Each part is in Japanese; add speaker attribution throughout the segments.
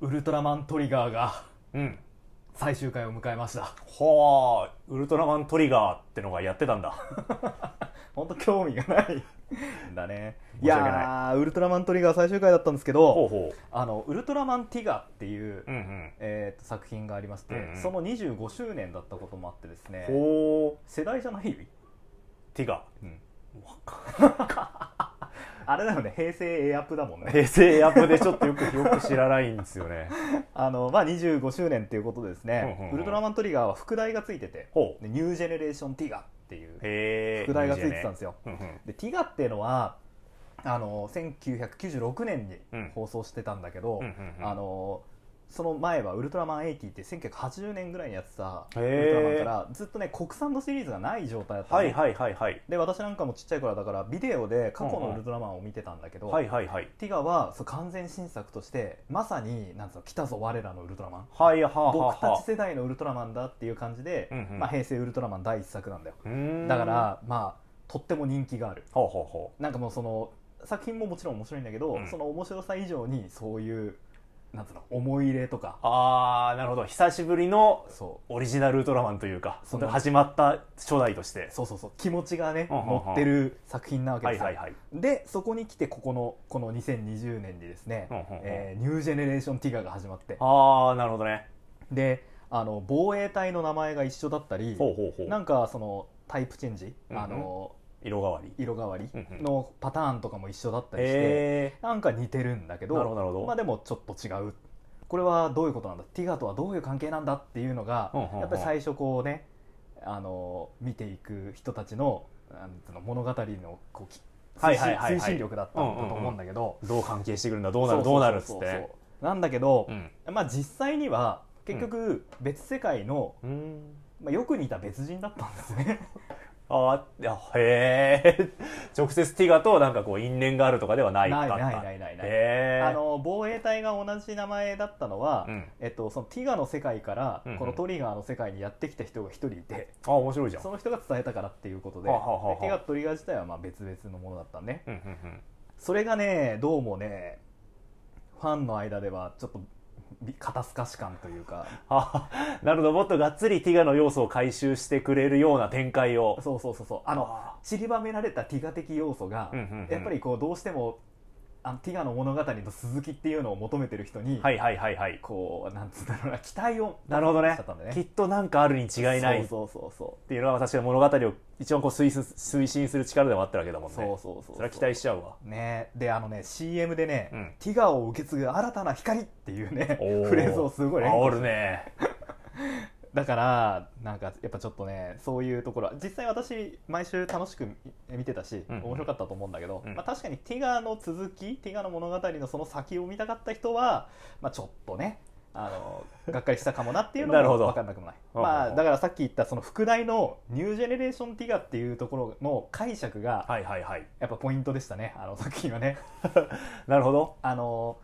Speaker 1: ウルトラマントリガーが
Speaker 2: うん
Speaker 1: 最終回を迎えました
Speaker 2: はあウルトラマントリガーってのがやってたんだ
Speaker 1: 本当興味がないんだね
Speaker 2: 申し訳ない
Speaker 1: やーウルトラマントリガー最終回だったんですけ
Speaker 2: ほう
Speaker 1: ど
Speaker 2: ほ
Speaker 1: あのウルトラマンティガっていう、
Speaker 2: ううん
Speaker 1: えーと作品がありまして、
Speaker 2: うんうん
Speaker 1: その25周年だったこともあってですね
Speaker 2: うんほ
Speaker 1: 世代じゃない、
Speaker 2: うティガ
Speaker 1: うん、あれだよね平成エアップだもん
Speaker 2: ー
Speaker 1: ね
Speaker 2: 平成アップでちょっとよくよく知らないんですよね
Speaker 1: あの、まあ、25周年っていうことでですね、
Speaker 2: うんうんうん
Speaker 1: ウルトラマントリガーは副題がついてて
Speaker 2: ほう
Speaker 1: でニュージェネレーションティガっていう
Speaker 2: へえ
Speaker 1: 副題がついてたんですよ、
Speaker 2: うんうん
Speaker 1: でティガっていうのはあの1996年
Speaker 2: う
Speaker 1: に
Speaker 2: ん
Speaker 1: 放送してたんだけど、
Speaker 2: うんうんうん
Speaker 1: あのその前は「ウルトラマン80」って1980年ぐらいにやってたウ
Speaker 2: へー
Speaker 1: ルトラマンからずっとね国産のシリーズがない状態だったの
Speaker 2: はいはいはいはい
Speaker 1: で私なんかもちっちゃい頃はだからビデオで過去
Speaker 2: うん
Speaker 1: の
Speaker 2: うん
Speaker 1: ウルトラマンを見てたんだけど、
Speaker 2: はいはいはい
Speaker 1: ティガはそう完全新作としてまさになんつうの来たぞ我らのウルトラマン
Speaker 2: はいはあはあ
Speaker 1: 僕た
Speaker 2: は
Speaker 1: ち世代のウルトラマンだっていう感じで、
Speaker 2: うんうん
Speaker 1: まあ、平成ウルトラマン第一作なんだよ
Speaker 2: うーん
Speaker 1: だからまあとっても人気がある
Speaker 2: ほうほうほ
Speaker 1: なんかもうその作品ももちろん面白いんだけど、
Speaker 2: うん
Speaker 1: その面白さ以上にそういうなんつうの思い入れとか
Speaker 2: うああなるほど久しぶりの
Speaker 1: そ
Speaker 2: オリジナルウルトラマンというか
Speaker 1: そ
Speaker 2: 本
Speaker 1: う
Speaker 2: 当に始まった初代として
Speaker 1: うそうそうそう気持ちがね
Speaker 2: うんうんうん
Speaker 1: 乗ってる作品なわけ
Speaker 2: は
Speaker 1: です
Speaker 2: い
Speaker 1: よ、
Speaker 2: はいはい
Speaker 1: でそこに来てここのこの2020年にですね、
Speaker 2: うんうんうん
Speaker 1: えーニュージェネレーションティガーが始まって
Speaker 2: ああなるほどね
Speaker 1: であの防衛隊の名前が一緒だったり
Speaker 2: ほうほうほう
Speaker 1: なんかそのタイプチェンジ、
Speaker 2: うんうん
Speaker 1: あの
Speaker 2: 色変わり
Speaker 1: 色変わり
Speaker 2: うんうん
Speaker 1: のパターンとかも一緒だったりして、
Speaker 2: へ
Speaker 1: なんか似てるんだけど
Speaker 2: なるほどなるほど
Speaker 1: まあ、でもちょっと違うこれはどういうことなんだティガとはどういう関係なんだっていうのが、
Speaker 2: うんうんうん
Speaker 1: やっぱり最初こうねあの見ていく人たちのなんていうの物語のこうき
Speaker 2: は
Speaker 1: 推
Speaker 2: いはいはい
Speaker 1: 進
Speaker 2: はい
Speaker 1: 推進力だったんだと思うんだけど、
Speaker 2: えどう関係してくるんだどうなるどうなるっつってね
Speaker 1: てなんだけど、
Speaker 2: うん
Speaker 1: まあ、実際には結局別世界の、
Speaker 2: うん
Speaker 1: まあ、よく似た別人だったんですね
Speaker 2: あーいやへえ 直接ティガとなんかこう因縁があるとか ではない
Speaker 1: ない
Speaker 2: か
Speaker 1: ないないないない
Speaker 2: へえ
Speaker 1: あの防衛隊が同じ名前だったのは、
Speaker 2: うん
Speaker 1: えっと、そのティガの世界から
Speaker 2: うんうん
Speaker 1: このトリガーの世界にやってきた人が一人いて、
Speaker 2: あ面白いじゃん
Speaker 1: その人が伝えたからっていうことで,、
Speaker 2: はあはあはあ
Speaker 1: でティガとトリガー自体はまあ別々のものだったね
Speaker 2: うんうんうん
Speaker 1: それがねどうもねファンの間ではちょっとび肩透かし感というか
Speaker 2: あ なるほどもっとがっつりティガの要素を回収してくれるような展開を
Speaker 1: そうそうそうそうあの
Speaker 2: あ
Speaker 1: 散りばめられたティガ的要素が、
Speaker 2: うんうんうん
Speaker 1: やっぱりこうどうしてもあのティガの物語の続きっていうのを求めてる人に、
Speaker 2: ーはいはいはいはい
Speaker 1: こうなんつうんだろうな期待を
Speaker 2: なるほどね
Speaker 1: しちゃったんだね
Speaker 2: きっとなんかあるに違いないっ
Speaker 1: そうそうそうそう
Speaker 2: ていうのは確かに物語を一番こう推進推進する力でもあったわけだもんね
Speaker 1: そうそうそう
Speaker 2: それは期待しちゃうわ
Speaker 1: ねであのね CM でね、
Speaker 2: うん
Speaker 1: ティガを受け継ぐ新たな光っていうね
Speaker 2: おー
Speaker 1: フレーズをすごい連呼
Speaker 2: 煽るね
Speaker 1: だからなんかやっぱちょっとねそういうところは実際私毎週楽しく見見てたし、
Speaker 2: うんうん
Speaker 1: 面白かったと思うんだけど、
Speaker 2: うん
Speaker 1: まあ、確かにティガの続きティガの物語のその先を見たかった人は、まあ、ちょっとねあのがっかりしたかもなっていうの
Speaker 2: なるほ
Speaker 1: も
Speaker 2: ど
Speaker 1: 分かんなくもない
Speaker 2: ほうほうほう
Speaker 1: まあ、だからさっき言ったその副題の「ニュージェネレーションティガ」っていうところの解釈が
Speaker 2: はいはいはい
Speaker 1: やっぱポイントでしたねあの作品はね。
Speaker 2: なるほど
Speaker 1: あの、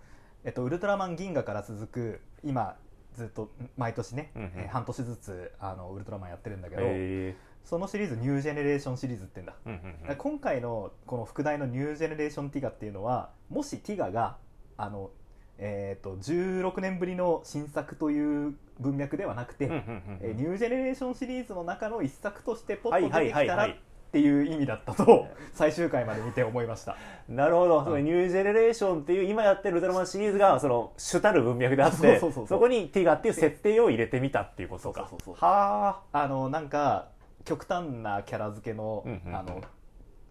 Speaker 1: えっと、ウルトラマン銀河から続く今ずっと毎年ね、
Speaker 2: うんうん
Speaker 1: えー半年ずつあのウルトラマンやってるんだけど、
Speaker 2: へ
Speaker 1: そのシリーズニュージェネレーションシリーズって言うんだ,、
Speaker 2: えうんうんうん
Speaker 1: 今回のこの副題のニュージェネレーションティガっていうのはもしティガがあの、えー、と16年ぶりの新作という文脈ではなくて、
Speaker 2: うんうんうん
Speaker 1: えーニュージェネレーションシリーズの中の一作としてポ
Speaker 2: は
Speaker 1: ッ
Speaker 2: い
Speaker 1: と
Speaker 2: は
Speaker 1: 出て
Speaker 2: い
Speaker 1: き
Speaker 2: はい
Speaker 1: た
Speaker 2: は
Speaker 1: らっ
Speaker 2: い
Speaker 1: ていう意味だったと最終回まで見て思いました。
Speaker 2: なるほど、
Speaker 1: ん
Speaker 2: そのニュージェネレーションっていう今やってるウルトラマンシリーズがその主たる文脈であっ
Speaker 1: そう
Speaker 2: て
Speaker 1: そうそうそう
Speaker 2: そこにティガっていう設定を入れてみたっていうことか
Speaker 1: そうそうそう
Speaker 2: は
Speaker 1: あのなんか極端なキャラ付けの,、
Speaker 2: うんうんうん
Speaker 1: あの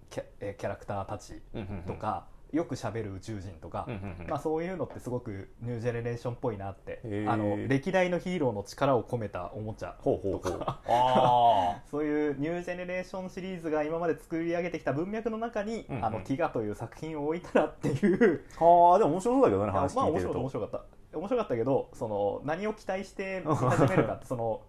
Speaker 1: キャえキャラクターたち
Speaker 2: あ
Speaker 1: とか、よく喋る宇宙人とか、
Speaker 2: うんうんうん
Speaker 1: まあ、そういうのってすごくニュージェネレーションっぽいなって
Speaker 2: へー
Speaker 1: あの歴代のヒーローの力を込めたおもちゃ
Speaker 2: ほうほうほうあ
Speaker 1: そういうニュージェネレーションシリーズが今まで作り上げてきた文脈の中に「
Speaker 2: うんうん
Speaker 1: あのティガ」という作品を置いたらっていう
Speaker 2: ーはあでも面白そうだけどね
Speaker 1: いや
Speaker 2: 話
Speaker 1: まあ
Speaker 2: 聞い
Speaker 1: 面
Speaker 2: てる
Speaker 1: 白かった面白
Speaker 2: と
Speaker 1: かった面白かったけどその何を期待して見始める かってその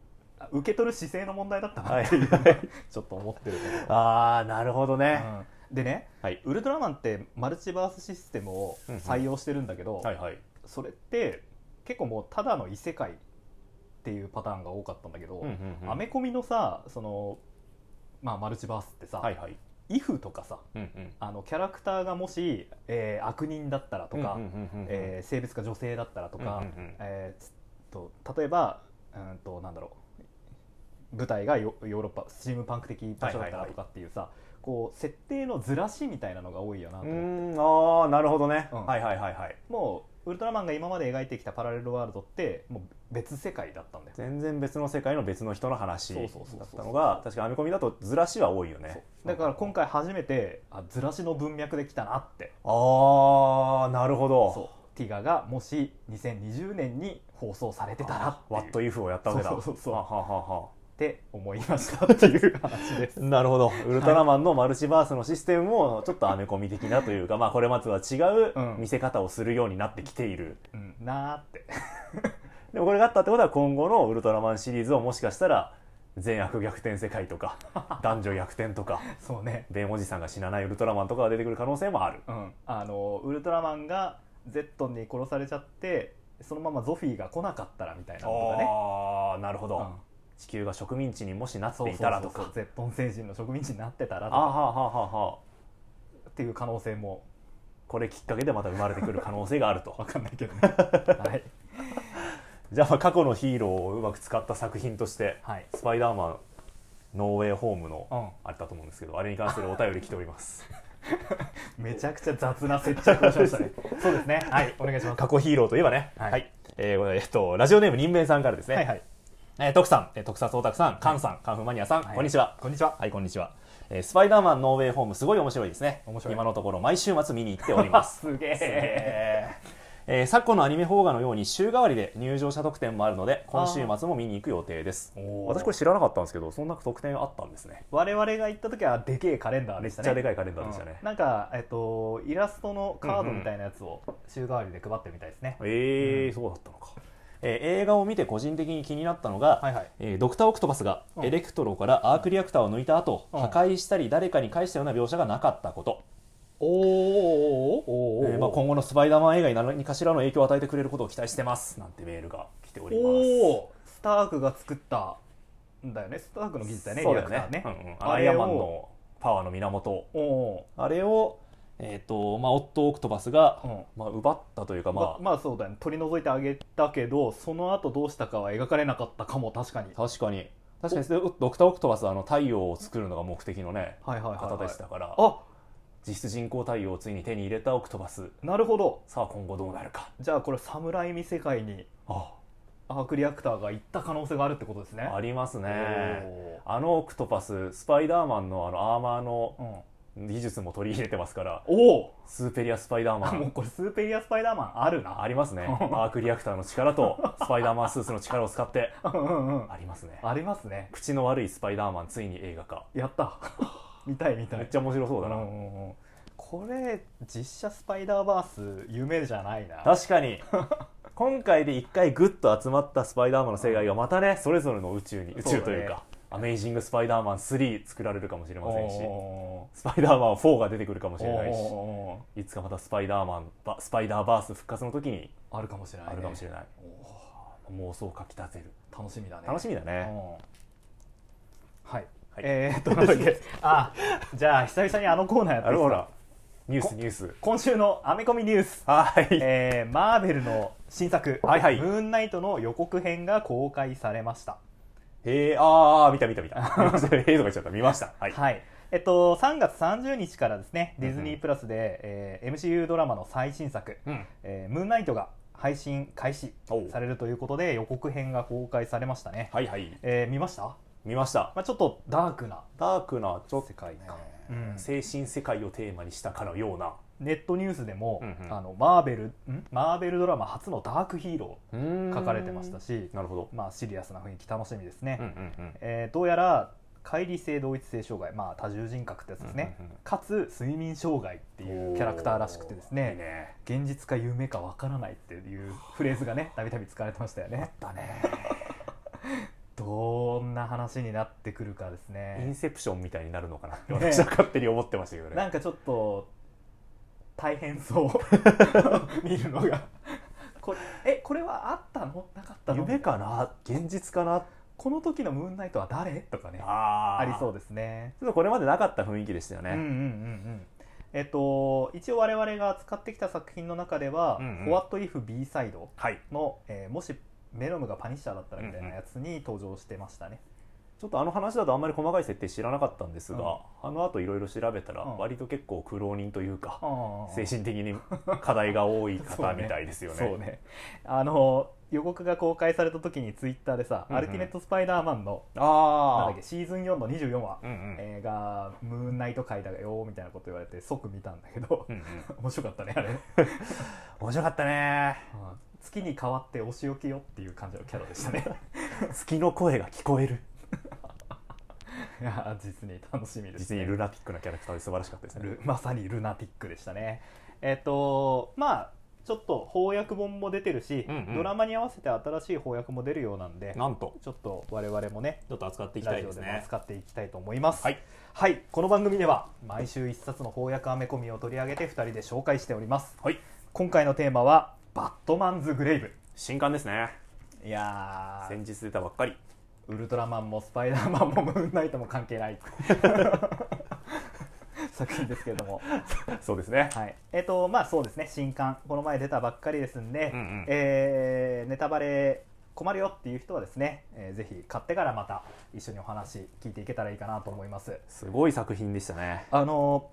Speaker 1: 受け取る姿勢の問題だったなっていうのは
Speaker 2: はいは
Speaker 1: ちょっと思ってるけど
Speaker 2: ああなるほどね
Speaker 1: うんでね
Speaker 2: はい
Speaker 1: ウルトラマンってマルチバースシステムを採用してるんだけど、
Speaker 2: はいはい
Speaker 1: それって結構もうただの異世界っていうパターンが多かったんだけど、
Speaker 2: うんうんうん
Speaker 1: アメコミのさその、まあ、マルチバースってさ、
Speaker 2: はいはい
Speaker 1: イフとかさ
Speaker 2: うんうん
Speaker 1: あのキャラクターがもし、えー悪人だったらとか、
Speaker 2: うんうんうんうん
Speaker 1: えー性別が女性だったらとか、
Speaker 2: うんうんうん
Speaker 1: えーつと例えばうんとなんだろう舞台がヨヨーロッパスチームパンク的場所だったらとかっていうさ、こう設定のずらしみたいなのが多いよなと
Speaker 2: う
Speaker 1: 思って
Speaker 2: ーんああなるほどね、
Speaker 1: うん
Speaker 2: はいはいはいはい
Speaker 1: もうウルトラマンが今まで描いてきたパラレルワールドってもう別世界だったんだよ、
Speaker 2: 全然別の世界の別の人の話だ
Speaker 1: そうそうそうそう
Speaker 2: ったのが確かに編み込みだとずらしは多いよ
Speaker 1: そう
Speaker 2: ね
Speaker 1: だから今回初めてあずらしの文脈できたなって
Speaker 2: ああなるほど
Speaker 1: そうティガがもし2020年に放送されてたら
Speaker 2: ワ
Speaker 1: っ
Speaker 2: ッ
Speaker 1: て
Speaker 2: ト
Speaker 1: いうっ
Speaker 2: イフをやったわけだ
Speaker 1: そうそうそうそう
Speaker 2: はははは
Speaker 1: て思いましたっていう話です
Speaker 2: なるほどウルトラマンのマルチバースのシステムもちょっとアメコミ的なというか、まあこれまでとは違
Speaker 1: うん
Speaker 2: う見せ方をするようになってきている、
Speaker 1: うんなーって
Speaker 2: でもこれがあったってことは今後のウルトラマンシリーズをもしかしたら全悪逆転世界 とか男女逆転とか
Speaker 1: そうね
Speaker 2: 弁おじさんが死なないウルトラマンとかが出てくる可能性もある
Speaker 1: うんあのウルトラマンがゼットンに殺されちゃってそのままゾフィーが来なかったらみたいなことがね
Speaker 2: ああなるほど、
Speaker 1: うん
Speaker 2: 地球が植民地にもしなっ
Speaker 1: そう
Speaker 2: て
Speaker 1: そうそう
Speaker 2: いたらとか
Speaker 1: そうゼットン星人の植民地になってたらと
Speaker 2: あ
Speaker 1: か
Speaker 2: はははは
Speaker 1: っていう可能性も
Speaker 2: これきっかけでまた生まれてくる可能性があると
Speaker 1: わかんない けどねはい、
Speaker 2: じゃあまあ過去のヒーローをうまく使った作品として
Speaker 1: はい
Speaker 2: 「スパイダーマンノーウェイホーム」の
Speaker 1: うん
Speaker 2: あったと思うんですけどあれに関す るお便り来ております
Speaker 1: めちゃくちゃ雑な接着をしましたねそうですねはいお願いします
Speaker 2: 過去ヒーローといえばね
Speaker 1: はい
Speaker 2: えーこれえっとラジオネーム任命さんからですね、
Speaker 1: はいはい
Speaker 2: えー、徳さん、えー、徳佐オタクさん、カンさん、カンフーマニアさん、
Speaker 1: はい
Speaker 2: こんにちは。
Speaker 1: こんにちは
Speaker 2: はい、こんにちは。えースパイダーマンノーウェイホーム、すごい面白いですね。
Speaker 1: 面白い
Speaker 2: 今のところ、毎週末見に行っており ます。
Speaker 1: すげ
Speaker 2: すげ
Speaker 1: え
Speaker 2: えー昨今のアニメ邦画のように週替わりで入場者特典もあるので、今週末も見に行く予定です。私これ知らなかったんですけど、そんな特典あったんですね。
Speaker 1: 我々が行った時はでけえカレンダーでしたね
Speaker 2: めっちゃでかいカレンダーでしたね
Speaker 1: うんなんか、えっと、イラストのカードみたいなやつを週替わりで配ってるみたいですね、
Speaker 2: えーそうだったのか。えー映画を見て個人的に気になったのが、
Speaker 1: はいはい
Speaker 2: えードクター・オクトパスが
Speaker 1: うん
Speaker 2: エレクトロからアークリアクターを抜いた後、
Speaker 1: うん
Speaker 2: 破壊したり誰かに返したような描写がなかったこと、
Speaker 1: おーおーおーおーおー
Speaker 2: えーまあ、今後のスパイダーマン映画に何かしらの影響を与えてくれることを期待してますなんてメールが来ており
Speaker 1: お
Speaker 2: ま
Speaker 1: おスタークが作ったんだよねスタークの技術だよ
Speaker 2: す
Speaker 1: ね
Speaker 2: そうだよ
Speaker 1: リアクタ
Speaker 2: ね
Speaker 1: ー
Speaker 2: うんうん
Speaker 1: あ
Speaker 2: ア
Speaker 1: れ
Speaker 2: イ
Speaker 1: を
Speaker 2: アンマンのパワーの源
Speaker 1: おお
Speaker 2: あれを、えーとまあ、オットー・オクトパスが、
Speaker 1: うん
Speaker 2: まあ、奪ったというか、
Speaker 1: ま
Speaker 2: ま
Speaker 1: まあそうだよね取り除いてあげたけどその後どうしたかは描かれなかったかも確かに
Speaker 2: あ、確かに確かにドクター・オクトパスはあの太陽を作るのが目的のね
Speaker 1: はいはいはい、はい、
Speaker 2: 方でしたから、
Speaker 1: あ
Speaker 2: 実質人工太陽をついに手に入れたオクトパス
Speaker 1: なるほど
Speaker 2: さあ今後どうなるか
Speaker 1: じゃあこれ侍見世界に
Speaker 2: あ
Speaker 1: アークリアクターが行った可能性があるってことですね
Speaker 2: ありますね
Speaker 1: お
Speaker 2: あのオクトパススパイダーマンのあのアーマーの
Speaker 1: ーうん
Speaker 2: 技術も取り入れてますから
Speaker 1: おお
Speaker 2: スーペリアスパイダーマ
Speaker 1: もう
Speaker 2: ン
Speaker 1: これスーペリアスパイダーマンあるな
Speaker 2: あります ねアークリアクターの力とスパイダーマンスーツの力を使って
Speaker 1: うんうんうん
Speaker 2: ありますね
Speaker 1: ありますね
Speaker 2: 口の悪いスパイダーマンついに映画化
Speaker 1: やった 見たい見たい
Speaker 2: めっちゃ面白そうだ
Speaker 1: う
Speaker 2: なん
Speaker 1: うんうんこれ実写スパイダーバース夢じゃないな
Speaker 2: 確 かに今回で一回グッと集まったスパイダーマンの世界がまたねそれぞれの宇宙に宇宙という
Speaker 1: そうだね
Speaker 2: かアメイジングスパイダーマン3作られるかもしれませんし
Speaker 1: お
Speaker 2: スパイダーマン4が出てくるかも
Speaker 1: ー
Speaker 2: しれないし
Speaker 1: おー
Speaker 2: いつかまたスパイダーマンばスパイダーバース復活の時に
Speaker 1: あるかもしれない、ね、
Speaker 2: あるかもしれない、
Speaker 1: お
Speaker 2: 妄想をかきたてる
Speaker 1: ー楽しみだね
Speaker 2: 楽しみだ
Speaker 1: う
Speaker 2: ね、
Speaker 1: んはい、
Speaker 2: はい
Speaker 1: えー、っとなんだっ けあじゃあ久々にあのコーナーやって
Speaker 2: あれ
Speaker 1: いい
Speaker 2: ほ
Speaker 1: ですから
Speaker 2: ニュースニュース
Speaker 1: 今週のアメコミニュース、
Speaker 2: はい、
Speaker 1: えー、マーベルの新作「
Speaker 2: はいはい
Speaker 1: ムーンナイト」の予告編が公開されました
Speaker 2: へえああ見た見た 見た見ましたへえとか言っちゃった見ましたはい、
Speaker 1: はいえっと、3月30日からですねディズ
Speaker 2: うん
Speaker 1: ニ
Speaker 2: う
Speaker 1: ープラスで、えー MCU ドラマの最新作
Speaker 2: うん
Speaker 1: 「えームーンナイト」が配信開始
Speaker 2: おう
Speaker 1: されるということで予告編が公開されましたね、
Speaker 2: はいはい
Speaker 1: えー見ました、
Speaker 2: 見ました
Speaker 1: まあ、ちょっとダークな
Speaker 2: ダークなちょっ
Speaker 1: 世界か、
Speaker 2: と、
Speaker 1: うん
Speaker 2: 精神世界をテーマにしたかのような
Speaker 1: ネットニュースでも、
Speaker 2: うんうん
Speaker 1: あのマーベルんマーベルドラマ初のダークヒーロー
Speaker 2: 書
Speaker 1: 書かれてましたし、
Speaker 2: なるほど、
Speaker 1: まあ、シリアスな雰囲気楽しみですね、
Speaker 2: うんうんうん
Speaker 1: えーどうやら乖離性同一性障害、まあ、多重人格ってやつですね、
Speaker 2: うんうんうん
Speaker 1: かつ睡眠障害っていうキャラクターらしくてです
Speaker 2: いい
Speaker 1: ね
Speaker 2: ね
Speaker 1: 現実か夢かわからないっていうフレーズがねたびたび使われてましたよね
Speaker 2: だね
Speaker 1: どんな話になってくるかです
Speaker 2: イン
Speaker 1: ね
Speaker 2: セプションみたいになるのかなって
Speaker 1: ね
Speaker 2: 私は勝手に思ってましたけどね
Speaker 1: なんかちょっと大変そう 見るのがこれえこれはあったのなかったの
Speaker 2: 夢かな現実かなっ
Speaker 1: この時のムーンナイトは誰とかねあ
Speaker 2: あ
Speaker 1: りそう
Speaker 2: で
Speaker 1: ですね。
Speaker 2: すちょっとこれまでなかった雰囲気でしたよ
Speaker 1: うんうんう
Speaker 2: ね、
Speaker 1: んうんえっと、一応我々が使ってきた作品の中では
Speaker 2: うんう
Speaker 1: 「
Speaker 2: ん
Speaker 1: What If B サイド
Speaker 2: はい」
Speaker 1: の、えーもしメノムがパニッシャーだったらみたいなやつに登場してましたね。
Speaker 2: ちょっとあの話だとあんまり細かい設定知らなかったんですが、
Speaker 1: うん
Speaker 2: あのあといろいろ調べたら
Speaker 1: うん
Speaker 2: 割と結構苦労人というか、
Speaker 1: あー
Speaker 2: 精神的に 課題が多い
Speaker 1: そう
Speaker 2: 方
Speaker 1: ね
Speaker 2: みたいですよね。
Speaker 1: そうねあの予告が公開された時にツイッターでさ「
Speaker 2: うんう
Speaker 1: ア
Speaker 2: ん
Speaker 1: ルティメット・スパイダーマンの」なん
Speaker 2: あ
Speaker 1: だっけシーズン4の24話
Speaker 2: あ、うんうん
Speaker 1: えーが「ムーンナイト界だよ」みたいなこと言われて即見たんだけど
Speaker 2: うんうん、
Speaker 1: 面白かったね あれ、
Speaker 2: 面白かったね。
Speaker 1: 月に変わってお仕置きよっていう感じのキャラでした ね
Speaker 2: 月の声が聞こえる。
Speaker 1: いや実に楽しみです、
Speaker 2: 実
Speaker 1: ね、
Speaker 2: にルナティックなキャラクターで素晴らしかったですね。
Speaker 1: ル まさにルナティックでしたねえっ、とまあちょっと翻訳本も出てるし、
Speaker 2: うんうん
Speaker 1: ドラマに合わせて新しい翻訳も出るようなんで
Speaker 2: なんと
Speaker 1: ちょっと我々もね
Speaker 2: ちょっと扱っていきた
Speaker 1: ラ
Speaker 2: い
Speaker 1: ジ
Speaker 2: で
Speaker 1: オ
Speaker 2: す
Speaker 1: でも
Speaker 2: ね。
Speaker 1: 扱っていきたいと思います。
Speaker 2: はい、
Speaker 1: はいこの番組では毎週一冊の翻訳アメコミを取り上げて二人で紹介しております。
Speaker 2: はい、
Speaker 1: 今回のテーマはバットマンズグレイブ。
Speaker 2: 新刊ですね。
Speaker 1: いやー
Speaker 2: 先日出たばっかり。
Speaker 1: ウルトラマンもスパイダーマンもムーンナイトも関係 ない作品ですけれども、
Speaker 2: そうですね。
Speaker 1: はい、えっ、とまあそうですね新刊この前出たばっかりですんで、
Speaker 2: うんうん
Speaker 1: えーネタバレ困るよっていう人はですね、えーぜひ買ってからまた一緒にお話聞いていけたらいいかなと思います。
Speaker 2: すごい作品でしたね。
Speaker 1: あの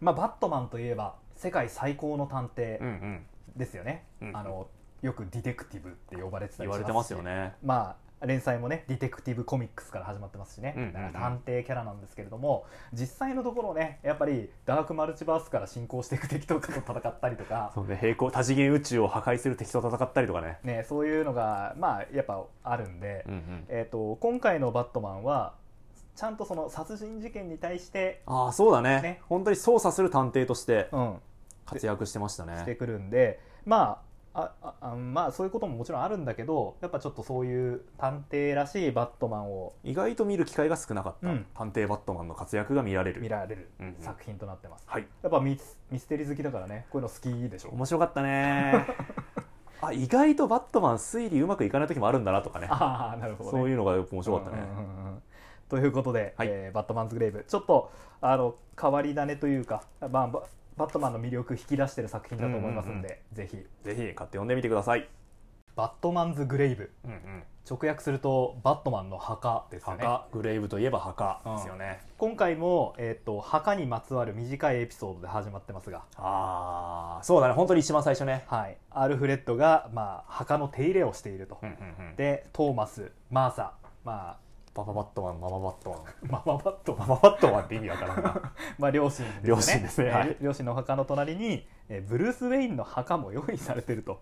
Speaker 1: まあ、バットマンといえば世界最高の探
Speaker 2: う
Speaker 1: 偵
Speaker 2: んうん。
Speaker 1: ですよね、
Speaker 2: うん
Speaker 1: あのよくディテクティブって呼ばれてた
Speaker 2: 言
Speaker 1: りし
Speaker 2: わ
Speaker 1: ますして
Speaker 2: れますよね。
Speaker 1: まあ連載もねディテクティブコミックスから始まってますしね、
Speaker 2: うんうんうん
Speaker 1: 探偵キャラなんですけれども実際のところねやっぱりダークマルチバースから進行していく敵とかと戦ったりとか
Speaker 2: そうね、平行多次元宇宙を破壊する敵と戦ったりとかね。
Speaker 1: ね、そういうのがまあやっぱあるんで、
Speaker 2: うんうん。
Speaker 1: えー、と今回の「バットマンは」ちゃんとその殺人事件に対して、
Speaker 2: ああそうだね
Speaker 1: ね
Speaker 2: 本当に捜査する探偵として
Speaker 1: うん、
Speaker 2: 活躍してました
Speaker 1: して
Speaker 2: ね
Speaker 1: くるんでまああああまあそういうことももちろんあるんだけどやっぱちょっとそういう探偵らしいバットマンを
Speaker 2: 意外と見る機会が少なかった、
Speaker 1: うん
Speaker 2: 探偵バットマンの活躍が見られる
Speaker 1: 見られる
Speaker 2: うんうん
Speaker 1: 作品となってます、
Speaker 2: はい
Speaker 1: やっぱミスミステリー好きだからねこういうの好きでしょ
Speaker 2: 面白かっ たねあ意外とバットマン推理うまくいかない時もあるんだなとかね
Speaker 1: ああなるほど、ね、
Speaker 2: そう
Speaker 1: う
Speaker 2: いうのが面白かった
Speaker 1: ん
Speaker 2: ね、
Speaker 1: うんうんうんということで、
Speaker 2: はい
Speaker 1: えーバットマンズグレイブ」ちょっとあの変わり種というか、まあ、ババットマンの魅力引き出してる作品だと思いますんで、
Speaker 2: うん
Speaker 1: ぜひ
Speaker 2: ぜひ買って読んでみてください、
Speaker 1: 「バットマンズグレイブ
Speaker 2: うんうん」
Speaker 1: 直訳すると「バットマンの墓」ですよね
Speaker 2: 墓グレイブといえば墓ですよね、
Speaker 1: 今回も、えー、と墓にまつわる短いエピソードで始まってますが、
Speaker 2: ああそうだね本当に一番最初ね、
Speaker 1: はい、アルフレッドが、まあ、墓の手入れをしていると、
Speaker 2: うんうんうん
Speaker 1: でトーマスマーサま
Speaker 2: パパバットマンママバットマン
Speaker 1: あママバット
Speaker 2: ママバットマンって意味わから んな
Speaker 1: まあ両親ですね
Speaker 2: 両親ですね
Speaker 1: えー
Speaker 2: はい
Speaker 1: 両親のお墓の隣に、えーブルース・ウェインの墓も用意されてると,、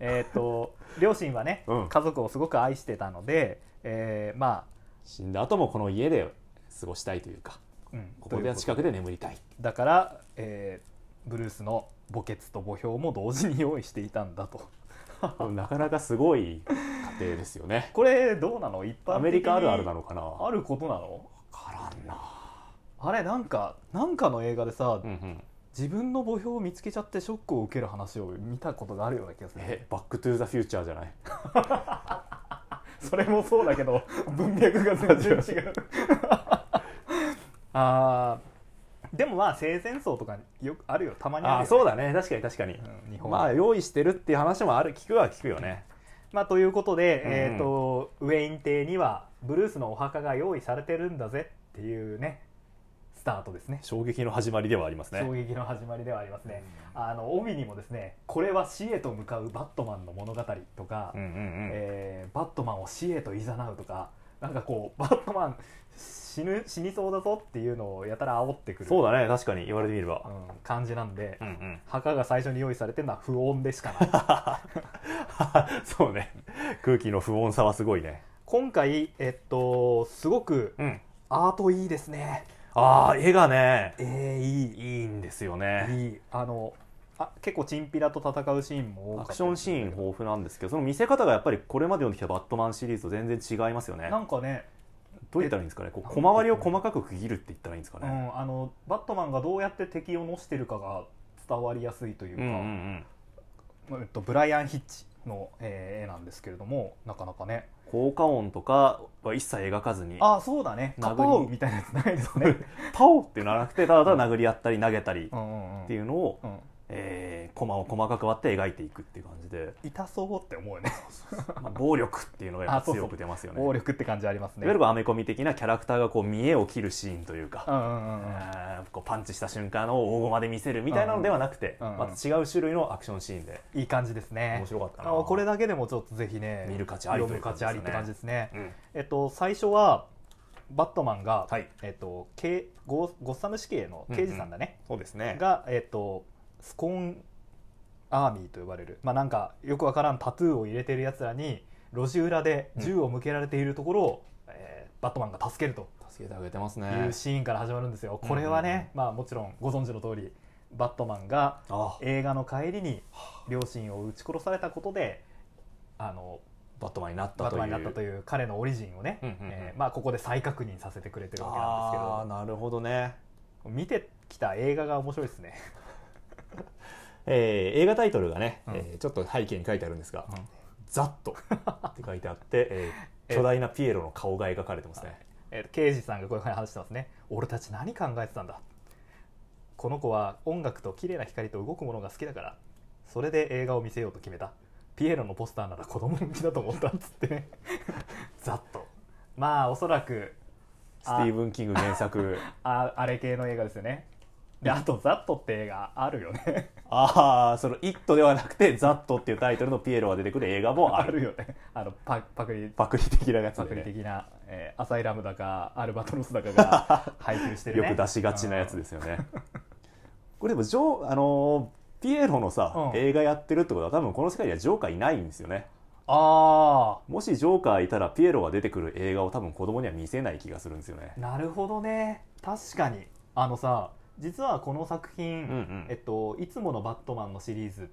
Speaker 1: えー、 と両親はね、
Speaker 2: うん
Speaker 1: 家族をすごく愛してたので、えーま
Speaker 2: 死んだ後もこの家で過ごしたいというか
Speaker 1: あ、うん
Speaker 2: ここでは近くで眠りたい
Speaker 1: だから、えーブルースの墓穴と墓標も同時に用意していたんだと。
Speaker 2: なかなかすごい家庭ですよね
Speaker 1: これどうなの一般的に
Speaker 2: アメリカあるあるなのかな
Speaker 1: あることなの
Speaker 2: からんな
Speaker 1: あれなんかなんかの映画でさ、
Speaker 2: うんうん
Speaker 1: 自分の墓標を見つけちゃってショックを受ける話を見たことがあるような気がする
Speaker 2: えバック・トゥ・ザ・フューチャーじゃない
Speaker 1: それもそうだけど文脈が全然違う あーでもまあ生前葬とかよくあるよたまにあるよ、
Speaker 2: あそうだね確かに確かに、
Speaker 1: うん日本
Speaker 2: まあ用意してるっていう話もある聞くは聞くよね
Speaker 1: まあ、ということで、
Speaker 2: うん
Speaker 1: えー、とウェイン邸にはブルースのお墓が用意されてるんだぜっていうねスタートですね
Speaker 2: 衝撃の始まりではありますね
Speaker 1: 衝撃の始まりではありますね、あの帯にもですね「これは死へと向かうバットマンの物語」とか、
Speaker 2: うんうんうん、
Speaker 1: えーバットマンを死へと誘う」とかなんかこう バットマン死ぬ死にそうだぞっていうのをやたら煽ってくる
Speaker 2: そうだね確かに言われてみれば、
Speaker 1: うん感じなんで、
Speaker 2: うんうん、
Speaker 1: 墓が最初に用意されてるのは不穏でしかない
Speaker 2: そうね空気の不穏さはすごいね、
Speaker 1: 今回えっとすごく
Speaker 2: うん、
Speaker 1: アートいいですね
Speaker 2: ああ絵がね
Speaker 1: えー、いい
Speaker 2: いいんですよね
Speaker 1: いいあのあ結構チンピラと戦うシーンも多か
Speaker 2: ア
Speaker 1: った
Speaker 2: クションシーン豊富なんですけどその見せ方がやっぱりこれまで読んできたバットマンシリーズと全然違いますよね
Speaker 1: なんかね
Speaker 2: どう言ったらいいんですかねこう小回りを細かく区切るって言ったらいいんですか
Speaker 1: う
Speaker 2: ね、
Speaker 1: ん、あのバットマンがどうやって敵をのしてるかが伝わりやすいという
Speaker 2: うん
Speaker 1: か、
Speaker 2: うんうん
Speaker 1: まあえっと、ブライアン・ヒッチの、えー絵なんですけれどもなかなかね
Speaker 2: 効果音とかは一切描かずに
Speaker 1: ああそうだね
Speaker 2: 殴り
Speaker 1: カパオみたいなやつないです ね
Speaker 2: パオってならなくてただただ殴り合ったり投げたり
Speaker 1: う
Speaker 2: っ
Speaker 1: んうんうん
Speaker 2: ていうのを、
Speaker 1: うん
Speaker 2: えー、コマを細かく割って描いていくっていう感じで、
Speaker 1: 痛そうって思 うよね
Speaker 2: まあ、暴力っていうのがやっ
Speaker 1: あそ
Speaker 2: ぱ
Speaker 1: うそう
Speaker 2: 強く出ますよね。
Speaker 1: 暴力って感じあります
Speaker 2: い
Speaker 1: ね
Speaker 2: わゆるこうアメコミ的なキャラクターがこう見栄を切るシーンというか、
Speaker 1: うんうんうんうん
Speaker 2: あーこうパンチした瞬間を大駒で見せるみたいなのではなくて、
Speaker 1: うんうん
Speaker 2: また違う種類のアクションシーンで
Speaker 1: いい感じですね
Speaker 2: 面白かったな、
Speaker 1: あこれだけでもちょっとぜひね
Speaker 2: 見る価値ありとい
Speaker 1: 読
Speaker 2: う
Speaker 1: む価値ありって感じですね、
Speaker 2: うん
Speaker 1: えっと最初はバットマンが、
Speaker 2: はい
Speaker 1: えっと、けゴーゴッサム死刑の刑事さんだね、
Speaker 2: そうですね
Speaker 1: が、えっと、スコーンアーミーと呼ばれる、まあ、なんかよくわからんタトゥーを入れてるやつらに路地裏で銃を向けられているところを、えーバットマンが助けると
Speaker 2: 助けてあげてますね
Speaker 1: いうシーンから始まるんですよ。これはね、まあ、もちろんご存知の通りバットマンが
Speaker 2: あ
Speaker 1: 映画の帰りに両親を撃ち殺されたことであの
Speaker 2: バットマンになった
Speaker 1: バッ
Speaker 2: と
Speaker 1: ト
Speaker 2: いう
Speaker 1: マンになったという彼のオリジンをね、
Speaker 2: うんうんうん
Speaker 1: えーまあ、ここで再確認させてくれてるわけ
Speaker 2: あ
Speaker 1: なん
Speaker 2: ー
Speaker 1: で
Speaker 2: なるほどね、
Speaker 1: すけど見てきた映画が面白いですね。
Speaker 2: えー映画タイトルがね、
Speaker 1: うん
Speaker 2: えーちょっと背景に書いてあるんですが
Speaker 1: うん
Speaker 2: 「ざっ と」って書いてあって、えー巨大なピエロの顔が描かれてますね
Speaker 1: えー刑事さんがこういうふうに話してますね俺たち何考えてたんだこの子は音楽と綺麗な光と動くものが好きだからそれで映画を見せようと決めたピエロのポスターなら子供向きだと思ったっつってね ざっとまあおそらく
Speaker 2: スティーブン・キング原作
Speaker 1: ああれ系の映画ですよねであと「ザットって映画あるよね
Speaker 2: ああその「イット!」ではなくて「ざっと」っていうタイトルのピエロが出てくる映画も あ
Speaker 1: あ
Speaker 2: る
Speaker 1: るよねあのパパクリ
Speaker 2: パクリ的なやつ
Speaker 1: パ
Speaker 2: で
Speaker 1: クリ
Speaker 2: ね、
Speaker 1: 的な、えーアサイラムだかアルバトロスだかが配給してる、
Speaker 2: よ
Speaker 1: ね、
Speaker 2: く出しがちなやつですよね これでもジョー、あのーピエロのさ、
Speaker 1: うん
Speaker 2: 映画やってるってことは多分この世界にはジョーカーいないんですよね
Speaker 1: あ
Speaker 2: もしジョーカーいたらピエロが出てくる映画を多分子供には見せない気がするんですよね
Speaker 1: あなるほどね確かにあのさ実はこの作品、
Speaker 2: うんうん
Speaker 1: えっと、いつもの「バットマン」のシリーズ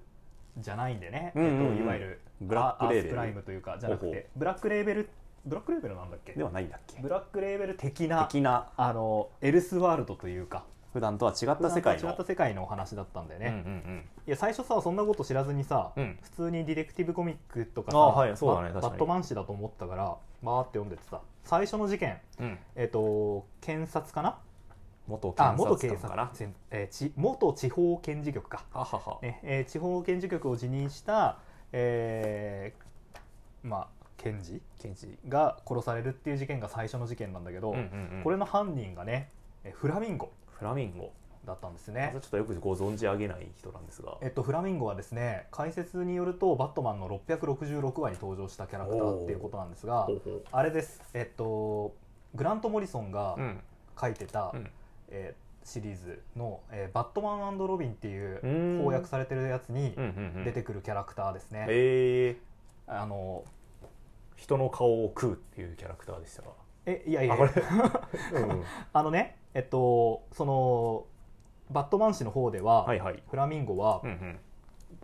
Speaker 1: じゃないんでね、
Speaker 2: うんうんうん
Speaker 1: えっと、いわゆる
Speaker 2: ブラックレー
Speaker 1: アース
Speaker 2: ベル
Speaker 1: プライムというかじゃなくて
Speaker 2: ほうほ
Speaker 1: ブラックレーベルブラックレーベルなんだっけ
Speaker 2: ではないんだっけ
Speaker 1: ブラックレーベル的な
Speaker 2: 的な
Speaker 1: あのエルスワールドというか
Speaker 2: 普段とは違った世界の
Speaker 1: 違った世界のお話だったんだよね、
Speaker 2: うんうん
Speaker 1: いや最初さそんなこと知らずにさ、
Speaker 2: うん
Speaker 1: 普通にディレクティブコミックとかさ
Speaker 2: あはいそうだね
Speaker 1: バ
Speaker 2: 確かに
Speaker 1: バットマン誌だと思ったからまーって読んでてさ最初の事件
Speaker 2: うんうん
Speaker 1: えっ、と検察かな
Speaker 2: 元
Speaker 1: あ
Speaker 2: 検
Speaker 1: 元
Speaker 2: 察
Speaker 1: 警
Speaker 2: 官
Speaker 1: 察
Speaker 2: かな
Speaker 1: 全えーち元地方検事局か、
Speaker 2: ははは
Speaker 1: ねえー地方検事局を辞任した、えーまあ検事
Speaker 2: 検事
Speaker 1: が殺されるっていう事件が最初の事件なんだけど、
Speaker 2: うんうんうん
Speaker 1: これの犯人がねえーフラミンゴ
Speaker 2: フラミンゴ
Speaker 1: だったんです
Speaker 2: ま
Speaker 1: ね
Speaker 2: ずちょっとよくご存知上げない人なんですが
Speaker 1: えっと、フラミンゴはですね解説によるとバットマンの666話に登場したキャラクターっていうことなんですが
Speaker 2: ほうほう
Speaker 1: あれです、えっと、グラント・モリソンが
Speaker 2: うん
Speaker 1: 書いてた、
Speaker 2: うん
Speaker 1: えーシリーズの、えーバットマンロビン」っていううん公約されてるやつに
Speaker 2: うんうんうん
Speaker 1: 出てくるキャラクターですね、
Speaker 2: えー
Speaker 1: あの
Speaker 2: 人の顔を食うっていうキャラクターでしたが
Speaker 1: えいやいや
Speaker 2: あ
Speaker 1: い
Speaker 2: こ
Speaker 1: や
Speaker 2: れ、うん
Speaker 1: あのねえっとそのバットマン氏の方では、
Speaker 2: はいはい、
Speaker 1: フラミンゴは
Speaker 2: うんうん、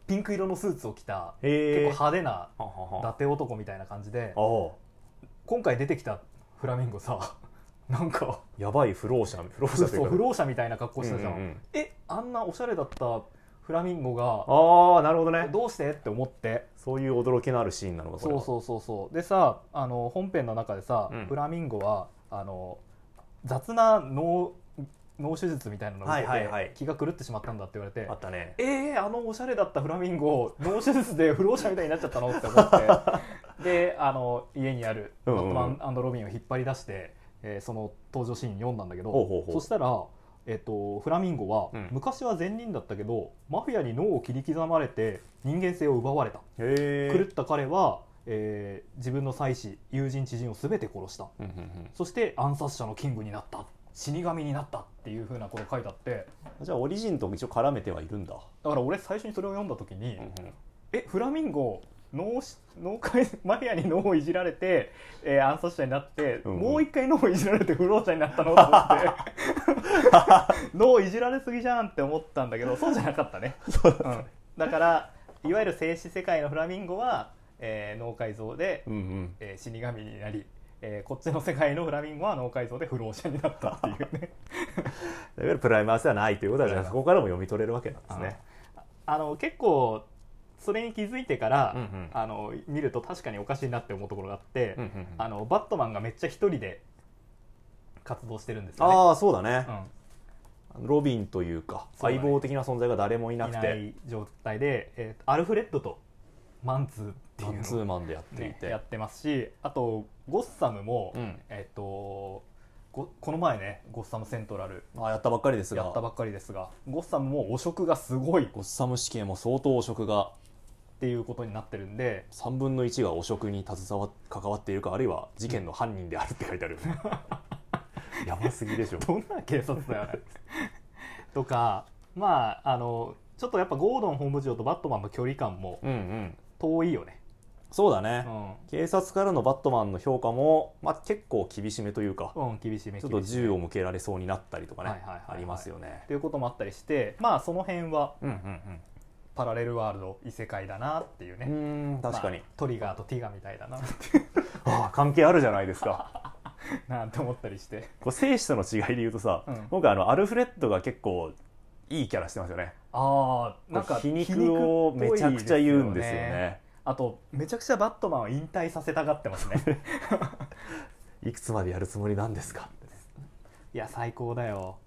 Speaker 1: ピンク色のスーツを着た、
Speaker 2: え
Speaker 1: 結構派手な
Speaker 2: はは
Speaker 1: 伊
Speaker 2: は
Speaker 1: 達男みたいな感じで
Speaker 2: ああ
Speaker 1: 今回出てきたフラミンゴさ なんか
Speaker 2: やばい不老者不老者とい
Speaker 1: そうう
Speaker 2: か
Speaker 1: 不老者みたいな格好してたじゃん、
Speaker 2: うんうんうん
Speaker 1: えあんなおしゃれだったフラミンゴが
Speaker 2: ああなるほどね
Speaker 1: どうしてって思って
Speaker 2: そういう驚きのあるシーンなのかこれ
Speaker 1: そう
Speaker 2: は
Speaker 1: そうそうそうでさあの本編の中でさ、
Speaker 2: うん
Speaker 1: フラミンゴはあの雑な脳脳手術みたいなのを受けて、
Speaker 2: はいはいはい
Speaker 1: 気が狂ってしまったんだって言われて
Speaker 2: あったね
Speaker 1: えー、あのおしゃれだったフラミンゴ脳手術 で不老者みたいになっちゃったのって思ってであの家にある「
Speaker 2: う
Speaker 1: バ
Speaker 2: んうんうん
Speaker 1: ットマンロビン」を引っ張り出して、えーその登場シーン読んだんだけど
Speaker 2: ほうほうほう
Speaker 1: そしたら、えっとフラミンゴは、
Speaker 2: うん
Speaker 1: 昔は善人だったけどマフィアに脳を切り刻まれて人間性を奪われた、
Speaker 2: へ
Speaker 1: 狂った彼は、えー自分の妻子友人知人を全て殺した
Speaker 2: うんうんうん
Speaker 1: そして暗殺者のキングになった死神になったっていうふうなこと書いてあって
Speaker 2: じゃあオリジンと一応絡めてはいるんだ、
Speaker 1: だから俺最初にそれを読んだ時に、
Speaker 2: うんうん
Speaker 1: えフラミンゴ脳し脳回マフィアに脳をい じられて、えー暗殺者になって、
Speaker 2: うんうん
Speaker 1: もう一回脳をいじられて不老者になったのと思 って脳をいじられすぎじゃんって思ったんだけどそうじゃなかったね、
Speaker 2: そう
Speaker 1: うん、だからいわゆる静止世界のフラミンゴは、えー脳改造で、
Speaker 2: うんうん
Speaker 1: えー死神になり、えーこっちの世界のフラミンゴは脳改造で不老者になったっていう ね
Speaker 2: いわゆるプライマースではないということはじゃあ
Speaker 1: プライマー
Speaker 2: そこからも読み取れるわけなんですね
Speaker 1: あの結構それに気づいてから、
Speaker 2: うんうん
Speaker 1: あの見ると確かにおかしいなって思うところがあって、
Speaker 2: うんうんうん
Speaker 1: あのバットマンがめっちゃ一人で活動してるんですよね。
Speaker 2: ああそうだね、
Speaker 1: うん
Speaker 2: ロビンというか
Speaker 1: そうだ
Speaker 2: 相
Speaker 1: ね
Speaker 2: 棒的な存在が誰もいなく
Speaker 1: い
Speaker 2: て
Speaker 1: ない状態で、えーアルフレッドとマンツーってい
Speaker 2: マン
Speaker 1: う
Speaker 2: ツ
Speaker 1: の
Speaker 2: ー
Speaker 1: を、
Speaker 2: マンでやってい
Speaker 1: ね
Speaker 2: て、
Speaker 1: やってますしあとゴッサムも、
Speaker 2: うん
Speaker 1: えっ、とごこの前ねゴッサムセントラル
Speaker 2: あやったばっかりですが
Speaker 1: やったばっかりですがゴッサムも汚職がすごいっ
Speaker 2: ゴッサム死刑も相当汚職が
Speaker 1: ていうことになってるんで
Speaker 2: 3分の1が汚職に携わっ関わっているかあるいは事件の犯人であるって書いてあるやばす ぎでしょ
Speaker 1: どんな警察だよね とかまああのちょっとやっぱゴードン本部長とバットマンの距離感も
Speaker 2: うんうん
Speaker 1: 遠いよね、
Speaker 2: そうだ
Speaker 1: う
Speaker 2: ね、
Speaker 1: ん
Speaker 2: 警察からのバットマンの評価も、まあ、結構厳しめというか、
Speaker 1: うん、厳しめ
Speaker 2: ちょっと
Speaker 1: 厳しめ
Speaker 2: 銃を向けられそうになったりとかね、
Speaker 1: はいはいはいはい
Speaker 2: ありますよね
Speaker 1: っていうこともあったりしてまあその辺は
Speaker 2: うんうん
Speaker 1: パラレルワールド異世界だなっていうね、
Speaker 2: うんうーん確かに
Speaker 1: まあ、トリガーとティガみたいだな
Speaker 2: ああ関係あるじゃないですか
Speaker 1: なんて思ったりして
Speaker 2: こう生死との違いで言うとさ、
Speaker 1: うん
Speaker 2: 僕あのアルフレッドが結構いいキャラしてますよね
Speaker 1: ああなんか
Speaker 2: 皮肉をめちゃくちゃ言うんですよね
Speaker 1: あとめちゃくちゃバットマンを引退させたがってますね
Speaker 2: いくつまでやるつもりなんですか
Speaker 1: いや最高だよ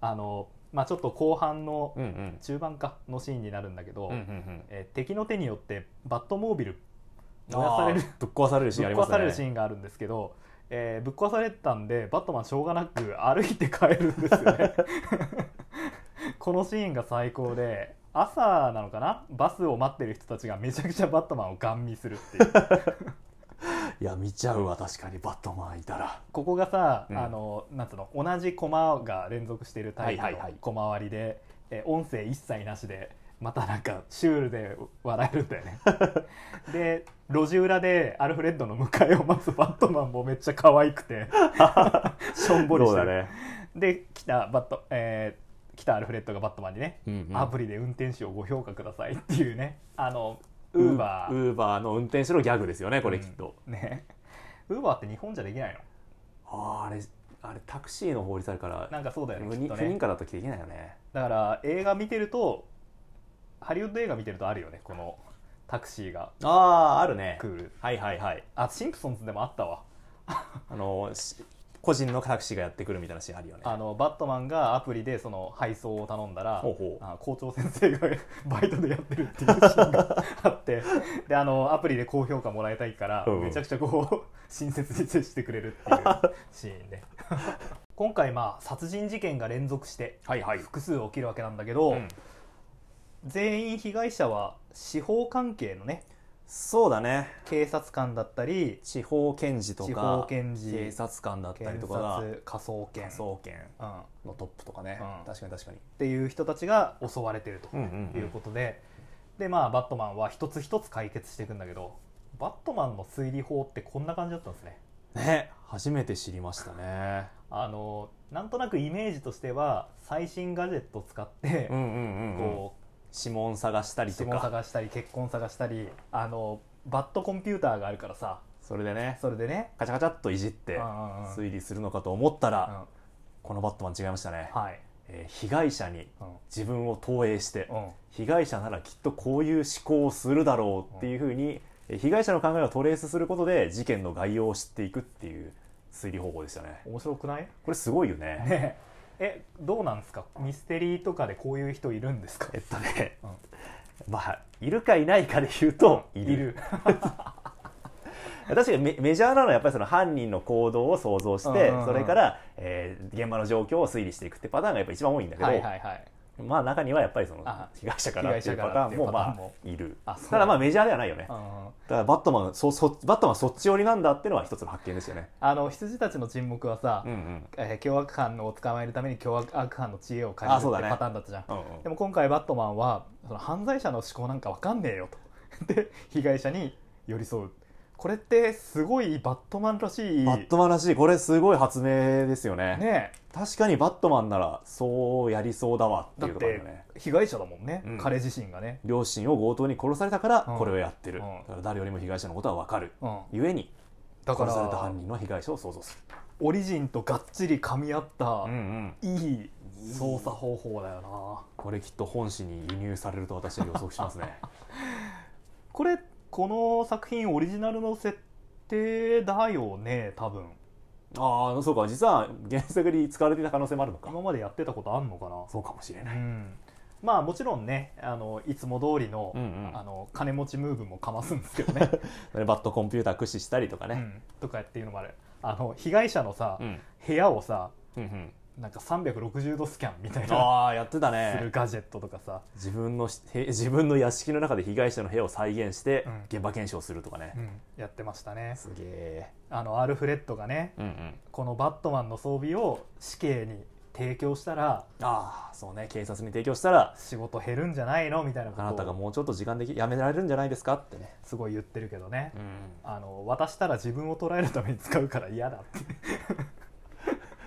Speaker 1: あのまあちょっと後半の
Speaker 2: うんうん
Speaker 1: 中盤かのシーンになるんだけど、
Speaker 2: うんうんうん
Speaker 1: えー敵の手によってバットモービル燃や
Speaker 2: あ
Speaker 1: さ
Speaker 2: ー
Speaker 1: れる
Speaker 2: ぶっ壊されるシ
Speaker 1: ぶ
Speaker 2: ーンあ
Speaker 1: っ
Speaker 2: りま
Speaker 1: 壊
Speaker 2: す
Speaker 1: さ
Speaker 2: ね
Speaker 1: れるシーンがあるんですけど、えーぶっ壊されてたんでバットマンしょうがなく歩いて帰るんですよ ねこのシーンが最高で朝なのかなバスを待ってる人たちがめちゃくちゃバットマンをガン見するっていう
Speaker 2: いや見ちゃうわ確かにバットマンいたら
Speaker 1: ここがさ、
Speaker 2: うん
Speaker 1: あのなんつうの同じコマが連続してるタイプ
Speaker 2: はいはいは
Speaker 1: の
Speaker 2: い
Speaker 1: コマ割りで、えー音声一切なしでまたなんかシュールで笑えるんだよ ねで路地裏でアルフレッドの迎えを待つバットマンもめっちゃ可愛く てしょんぼり
Speaker 2: そ
Speaker 1: し
Speaker 2: う
Speaker 1: て
Speaker 2: だ
Speaker 1: る
Speaker 2: ね、
Speaker 1: で来たバット、えー来たアルフレッドがバットマンにね、
Speaker 2: うんうん
Speaker 1: アプリで運転手をご評価くださいっていうねあのウ
Speaker 2: ウ
Speaker 1: ーバー
Speaker 2: ウーバーの運転手のギャグですよねこれきっと、
Speaker 1: ねウーバーって日本じゃできないの
Speaker 2: あーあれあれタクシーの法律あるから
Speaker 1: なんかそうだよね
Speaker 2: 不
Speaker 1: きっ
Speaker 2: 認
Speaker 1: と
Speaker 2: 不認
Speaker 1: ね
Speaker 2: 可だとできないよね
Speaker 1: だから映画見てるとハリウッド映画見てるとあるよねこのタクシーが
Speaker 2: あああるね
Speaker 1: クール
Speaker 2: はいはいはい
Speaker 1: あシンプソンズでもあったわ
Speaker 2: あのし個人のタクシーがやってくるみたいなシーンあるよね
Speaker 1: あのバットマンがアプリでその配送を頼んだら
Speaker 2: ほうほう
Speaker 1: あ校長先生が バイトでやってるっていうシーンが あってであのアプリで高評価もらいたいから、
Speaker 2: うん
Speaker 1: めちゃくちゃこう親切に接してくれるっていうシーン で今回まあ殺人事件が連続して
Speaker 2: はいはい
Speaker 1: 複数起きるわけなんだけど、
Speaker 2: うん
Speaker 1: 全員被害者は司法関係のね
Speaker 2: そうだね
Speaker 1: 警察官だったり
Speaker 2: 地方検事とか
Speaker 1: 地方検事
Speaker 2: 警察官だったり
Speaker 1: 検
Speaker 2: とかが
Speaker 1: 察科捜研
Speaker 2: 科捜研
Speaker 1: うん、っ
Speaker 2: のトップとかね、
Speaker 1: うん
Speaker 2: 確かに確かに
Speaker 1: ていう人たちが襲われてると。
Speaker 2: ん
Speaker 1: いうことで、でまあバットマンは一つ一つ解決していくんだけどバットマンの推理法ってこんな感じだったんですね
Speaker 2: ね初めて知りましたね
Speaker 1: あのなんとなくイメージとしては最新ガジェットを使って、
Speaker 2: んうん
Speaker 1: こ
Speaker 2: 指紋探した
Speaker 1: う
Speaker 2: り
Speaker 1: 指
Speaker 2: と
Speaker 1: 紋
Speaker 2: か
Speaker 1: 探したり結婚探したりあのバットコンピューターがあるからさ
Speaker 2: それでね
Speaker 1: それでね
Speaker 2: カチャカチャっといじって
Speaker 1: うんうんうん
Speaker 2: 推理するのかと思った
Speaker 1: うん
Speaker 2: らこのバットマン違いましたね、
Speaker 1: はい、
Speaker 2: えー被害者に
Speaker 1: うん
Speaker 2: 自分を投影して
Speaker 1: うん
Speaker 2: 被害者ならきっとこういう思考をするだろうっていうふうにえー被害者の考えをトレースすることで事件の概要を知っていくっていう推理方法でしたね
Speaker 1: 面白くない
Speaker 2: これすごいよね
Speaker 1: ね えどうなんですかミステリーとかでこういう人いるんですか
Speaker 2: えっとね、
Speaker 1: うん
Speaker 2: まあいるかいないかで言うといる確かにメメジャーなのはやっぱりその犯人の行動を想像して、
Speaker 1: うんうんうん
Speaker 2: それから、えー現場の状況を推理していくってパターンがやっぱ一番多いんだけど、
Speaker 1: はいはいはい
Speaker 2: まあ中にはやっぱりその
Speaker 1: あ
Speaker 2: 被害者からってい
Speaker 1: 被害
Speaker 2: う
Speaker 1: 者
Speaker 2: パ
Speaker 1: か
Speaker 2: タ
Speaker 1: らっ
Speaker 2: ー
Speaker 1: て
Speaker 2: ン
Speaker 1: いう
Speaker 2: も
Speaker 1: パターン
Speaker 2: ま
Speaker 1: も
Speaker 2: あいる
Speaker 1: あそう
Speaker 2: ただまあメジャーではないよね、
Speaker 1: う
Speaker 2: だか
Speaker 1: んうん
Speaker 2: らバットマンそそバットマンそっち寄りなんだっていうのは一つの発見ですよね、
Speaker 1: あの羊たちの沈黙はさ、
Speaker 2: うんうん
Speaker 1: えー凶悪犯のを捕まえるために凶悪犯の知恵を借
Speaker 2: あ
Speaker 1: りる
Speaker 2: そう
Speaker 1: っ
Speaker 2: だ
Speaker 1: て
Speaker 2: ね
Speaker 1: パターンだったじゃん、
Speaker 2: うんうん
Speaker 1: でも今回バットマンはその犯罪者の思考なんかわかんねえよと で被害者に寄り添うこれってすごいバットマンらしい
Speaker 2: バットマンらしいこれすごい発明ですよね
Speaker 1: ね
Speaker 2: 確かにバットマンならそうやりそうだわっ
Speaker 1: えだ
Speaker 2: て
Speaker 1: っ
Speaker 2: いうところだ
Speaker 1: て
Speaker 2: よね
Speaker 1: 被害者だもんね、
Speaker 2: うん
Speaker 1: 彼自身がね、
Speaker 2: 両親を強盗に殺されたから
Speaker 1: うん
Speaker 2: これをやってる、
Speaker 1: うん
Speaker 2: だから誰よりも被害者のことは分かる、
Speaker 1: うん、
Speaker 2: ゆえに
Speaker 1: だか
Speaker 2: 殺された
Speaker 1: ら
Speaker 2: 犯人の被害者を想像す
Speaker 1: オリジンとがっちり噛み合った、
Speaker 2: る、ん
Speaker 1: いい操作方法だよな
Speaker 2: これきっと本誌に輸入されると私は予測しますね
Speaker 1: これこの作品オリジナルの設定だよね多分
Speaker 2: ああそうか実は原作に使われていた可能性もあるのか
Speaker 1: 今までやってたことあんのかな
Speaker 2: そうかもしれない、
Speaker 1: うん、まあもちろんねあのいつも通りの,、
Speaker 2: うんうん
Speaker 1: あの金持ちムーブもかますんですけど ね、
Speaker 2: バットコンピューター駆使したりとか
Speaker 1: う
Speaker 2: ね、
Speaker 1: んとかっていうのもあるあの被害者のさ、
Speaker 2: うん
Speaker 1: 部屋をさ
Speaker 2: うんうん
Speaker 1: なんか360度スキャンみたいな
Speaker 2: ああやってた
Speaker 1: する
Speaker 2: ね
Speaker 1: ガジェットとかさ、
Speaker 2: 自分のしへ自分の屋敷の中で被害者の部屋を再現して
Speaker 1: うん
Speaker 2: 現場検証するとかね、
Speaker 1: うんやってましたね
Speaker 2: すげえ
Speaker 1: あのアルフレッドがね
Speaker 2: うんうん
Speaker 1: このバットマンの装備を死刑に提供したら
Speaker 2: ああそうね警察に提供したら
Speaker 1: 仕事減るんじゃないのみたいなこ
Speaker 2: あなた
Speaker 1: と
Speaker 2: が
Speaker 1: を
Speaker 2: もうちょっと時間できやめられるんじゃないですかってね、
Speaker 1: すごい言ってるけどね、
Speaker 2: うん
Speaker 1: あの渡したら自分を捉えるために使うから嫌だって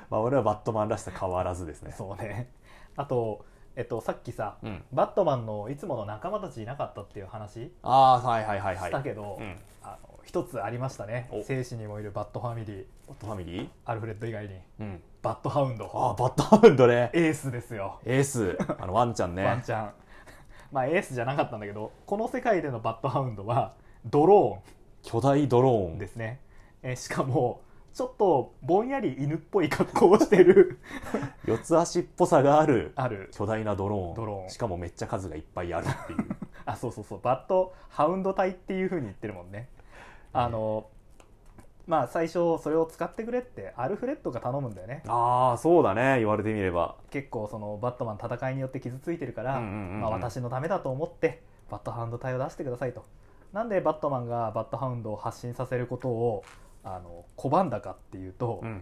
Speaker 2: まあ、俺はバットマンらしさ変わらずですね
Speaker 1: そうねあと、えっと、さっきさ、
Speaker 2: うん、
Speaker 1: バットマンのいつもの仲間たちいなかったっていう話
Speaker 2: ああーはいはいはいはい
Speaker 1: したけど、
Speaker 2: うん、
Speaker 1: あの一つありましたね
Speaker 2: お
Speaker 1: 生死にもいるバットファミリー
Speaker 2: バットファミリー、
Speaker 1: アルフレッド以外に
Speaker 2: うん、
Speaker 1: バットハウン
Speaker 2: ああ
Speaker 1: ド
Speaker 2: バットハウンドね
Speaker 1: エースですよ、
Speaker 2: エースあのワンちゃん
Speaker 1: ワン
Speaker 2: ね
Speaker 1: ちゃん まあエースじゃなかったんだけどこの世界でのバットハウンドはドロ
Speaker 2: 巨大ドロ
Speaker 1: ー
Speaker 2: ー
Speaker 1: ン
Speaker 2: ン
Speaker 1: ですね、えーしかもちょっとぼんやり犬っぽい格好をしてる
Speaker 2: 四つ足っぽさがある
Speaker 1: ある
Speaker 2: 巨大なドローン
Speaker 1: ドローン
Speaker 2: しかもめっちゃ数がいっぱいあるっていう
Speaker 1: あそうそうそうバットハウンド隊っていうふうに言ってるもんねあのまあ最初それを使ってくれってアルフレッドが頼むんだよね
Speaker 2: ああそうだね言われてみれば
Speaker 1: 結構そのバットマン戦いによって傷ついてるから、
Speaker 2: うんうんうんうん
Speaker 1: まあ、私のためだと思ってバットハウンド隊を出してくださいとなんでバットマンがバットハウンドを発信させることをあの拒んだかっていうと、
Speaker 2: うん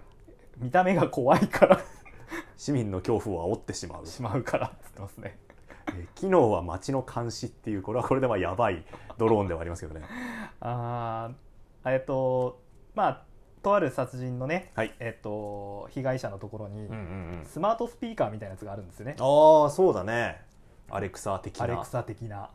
Speaker 1: 見た目が怖いから
Speaker 2: 市民の恐怖を煽ってしまう
Speaker 1: しまうからって言ってますね
Speaker 2: えー機能は街の監視っていうこれはこれでまあやばいドローンではありますけどね
Speaker 1: あーえっとまあとある殺人のね、
Speaker 2: はい
Speaker 1: えっと、被害者のところに、
Speaker 2: うん
Speaker 1: スマートスピーカーみたいなやつがあるんですよね
Speaker 2: ああそうだねアレクサ的
Speaker 1: アレ
Speaker 2: な
Speaker 1: クサ的な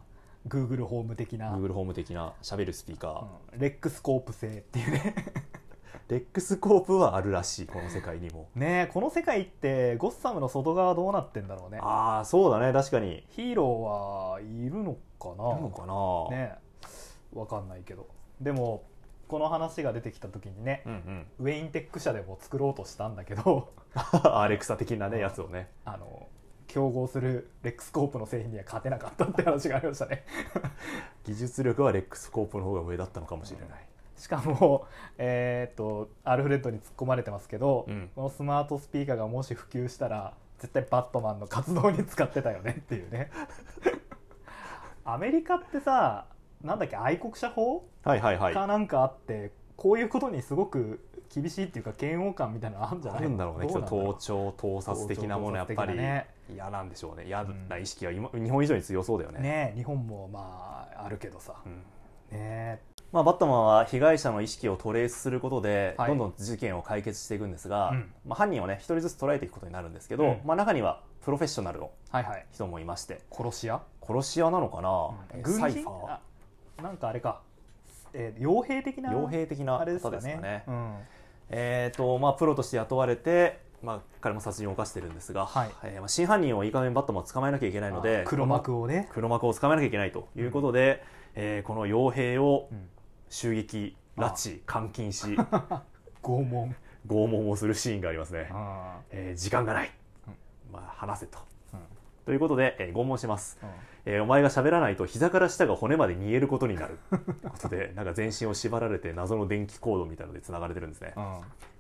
Speaker 1: Google ホーム的な、
Speaker 2: Google ホーム的な喋るスピーカー、
Speaker 1: うんレックスコープ製っていうね
Speaker 2: レックスコープはあるらしいこの世界にも
Speaker 1: ねえこの世界ってゴッサムの外側どうなってんだろうね
Speaker 2: ああそうだね確かにいる
Speaker 1: ヒーローはいるのかな
Speaker 2: のかな、
Speaker 1: ねえわかんないけどでもこの話が出てきた時にね、
Speaker 2: うんうん、
Speaker 1: ウェインテック社でも作ろうとしたんだけど
Speaker 2: アレクサ的なねやつをね
Speaker 1: あの競合するレックスコープの製品には勝てなかったって話がありましたね
Speaker 2: 技術力はレックスコープの方が上だったのかもしれない、
Speaker 1: しかも、えーっとアルフレッドに突っ込まれてますけど、
Speaker 2: うん
Speaker 1: このスマートスピーカーがもし普及したら絶対バットマンの活動に使ってたよねっていうねアメリカってさなんだっけ愛国者法
Speaker 2: はいはいはい
Speaker 1: かなんかあって、こういうことにすごく厳しいっていうか嫌悪感みたいなのあるんじゃ
Speaker 2: あ
Speaker 1: ない
Speaker 2: るんだろうねき
Speaker 1: ど
Speaker 2: っと
Speaker 1: なんだろう
Speaker 2: 盗聴盗撮的なものやっぱり
Speaker 1: 盗聴盗撮的なね
Speaker 2: 嫌なんでしょうね嫌
Speaker 1: うん
Speaker 2: な意識は今日本以上に強そうだよね
Speaker 1: ねえ日本もまああるけどさ、
Speaker 2: うん
Speaker 1: ね
Speaker 2: まあ、バットマンは被害者の意識をトレースすることで、
Speaker 1: はい
Speaker 2: どんどん事件を解決していくんですが、
Speaker 1: うん
Speaker 2: まあ、犯人をね一人ずつ捉えていくことになるんですけど、
Speaker 1: うん
Speaker 2: まあ、中にはプロフェッショナルの
Speaker 1: えはいはい
Speaker 2: 人もいまして
Speaker 1: 殺し屋
Speaker 2: 殺し屋なのかな、えー
Speaker 1: 軍
Speaker 2: サイフ
Speaker 1: 人
Speaker 2: ァ
Speaker 1: あなんかあれか、えー傭兵的な
Speaker 2: ー傭兵的な
Speaker 1: あ
Speaker 2: 方
Speaker 1: れ
Speaker 2: で
Speaker 1: ですす
Speaker 2: か
Speaker 1: か
Speaker 2: ね
Speaker 1: ねうん、
Speaker 2: えーとまあ、プロとして雇われて、まあ、彼も殺人を犯してるんですが、
Speaker 1: はい
Speaker 2: えーまあ、真犯人をいい加減バットマンを捕まえなきゃいけないので
Speaker 1: あ黒幕をね、
Speaker 2: 黒幕を捕まえなきゃいけないということで、えーこの傭兵を
Speaker 1: うん
Speaker 2: 襲撃拉致監禁し
Speaker 1: 拷問
Speaker 2: 拷問をするシーンがありますね。
Speaker 1: あ
Speaker 2: えー時間がない、
Speaker 1: うん
Speaker 2: まあ、話せと。
Speaker 1: うん
Speaker 2: ということで、えー拷問します、えーお前が喋らないと膝から下が骨まで煮えることになるということでなんか全身を縛られて謎の電気コードみたいので繋がれてるんですね、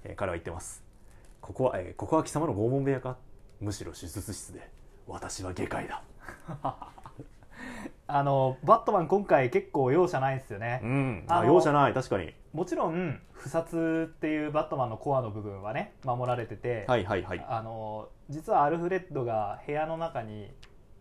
Speaker 2: えー彼は言ってますここは、えーここは貴様の拷問部屋かむしろ手術室で私は外科医だ
Speaker 1: あのバットマン今回結構容赦ないんですよね、
Speaker 2: うんあ
Speaker 1: あの
Speaker 2: 容赦ない確かに
Speaker 1: もちろん不殺っていうバットマンのコアの部分はね守られてて、
Speaker 2: はいはいはい
Speaker 1: あの実はアルフレッドが部屋の中に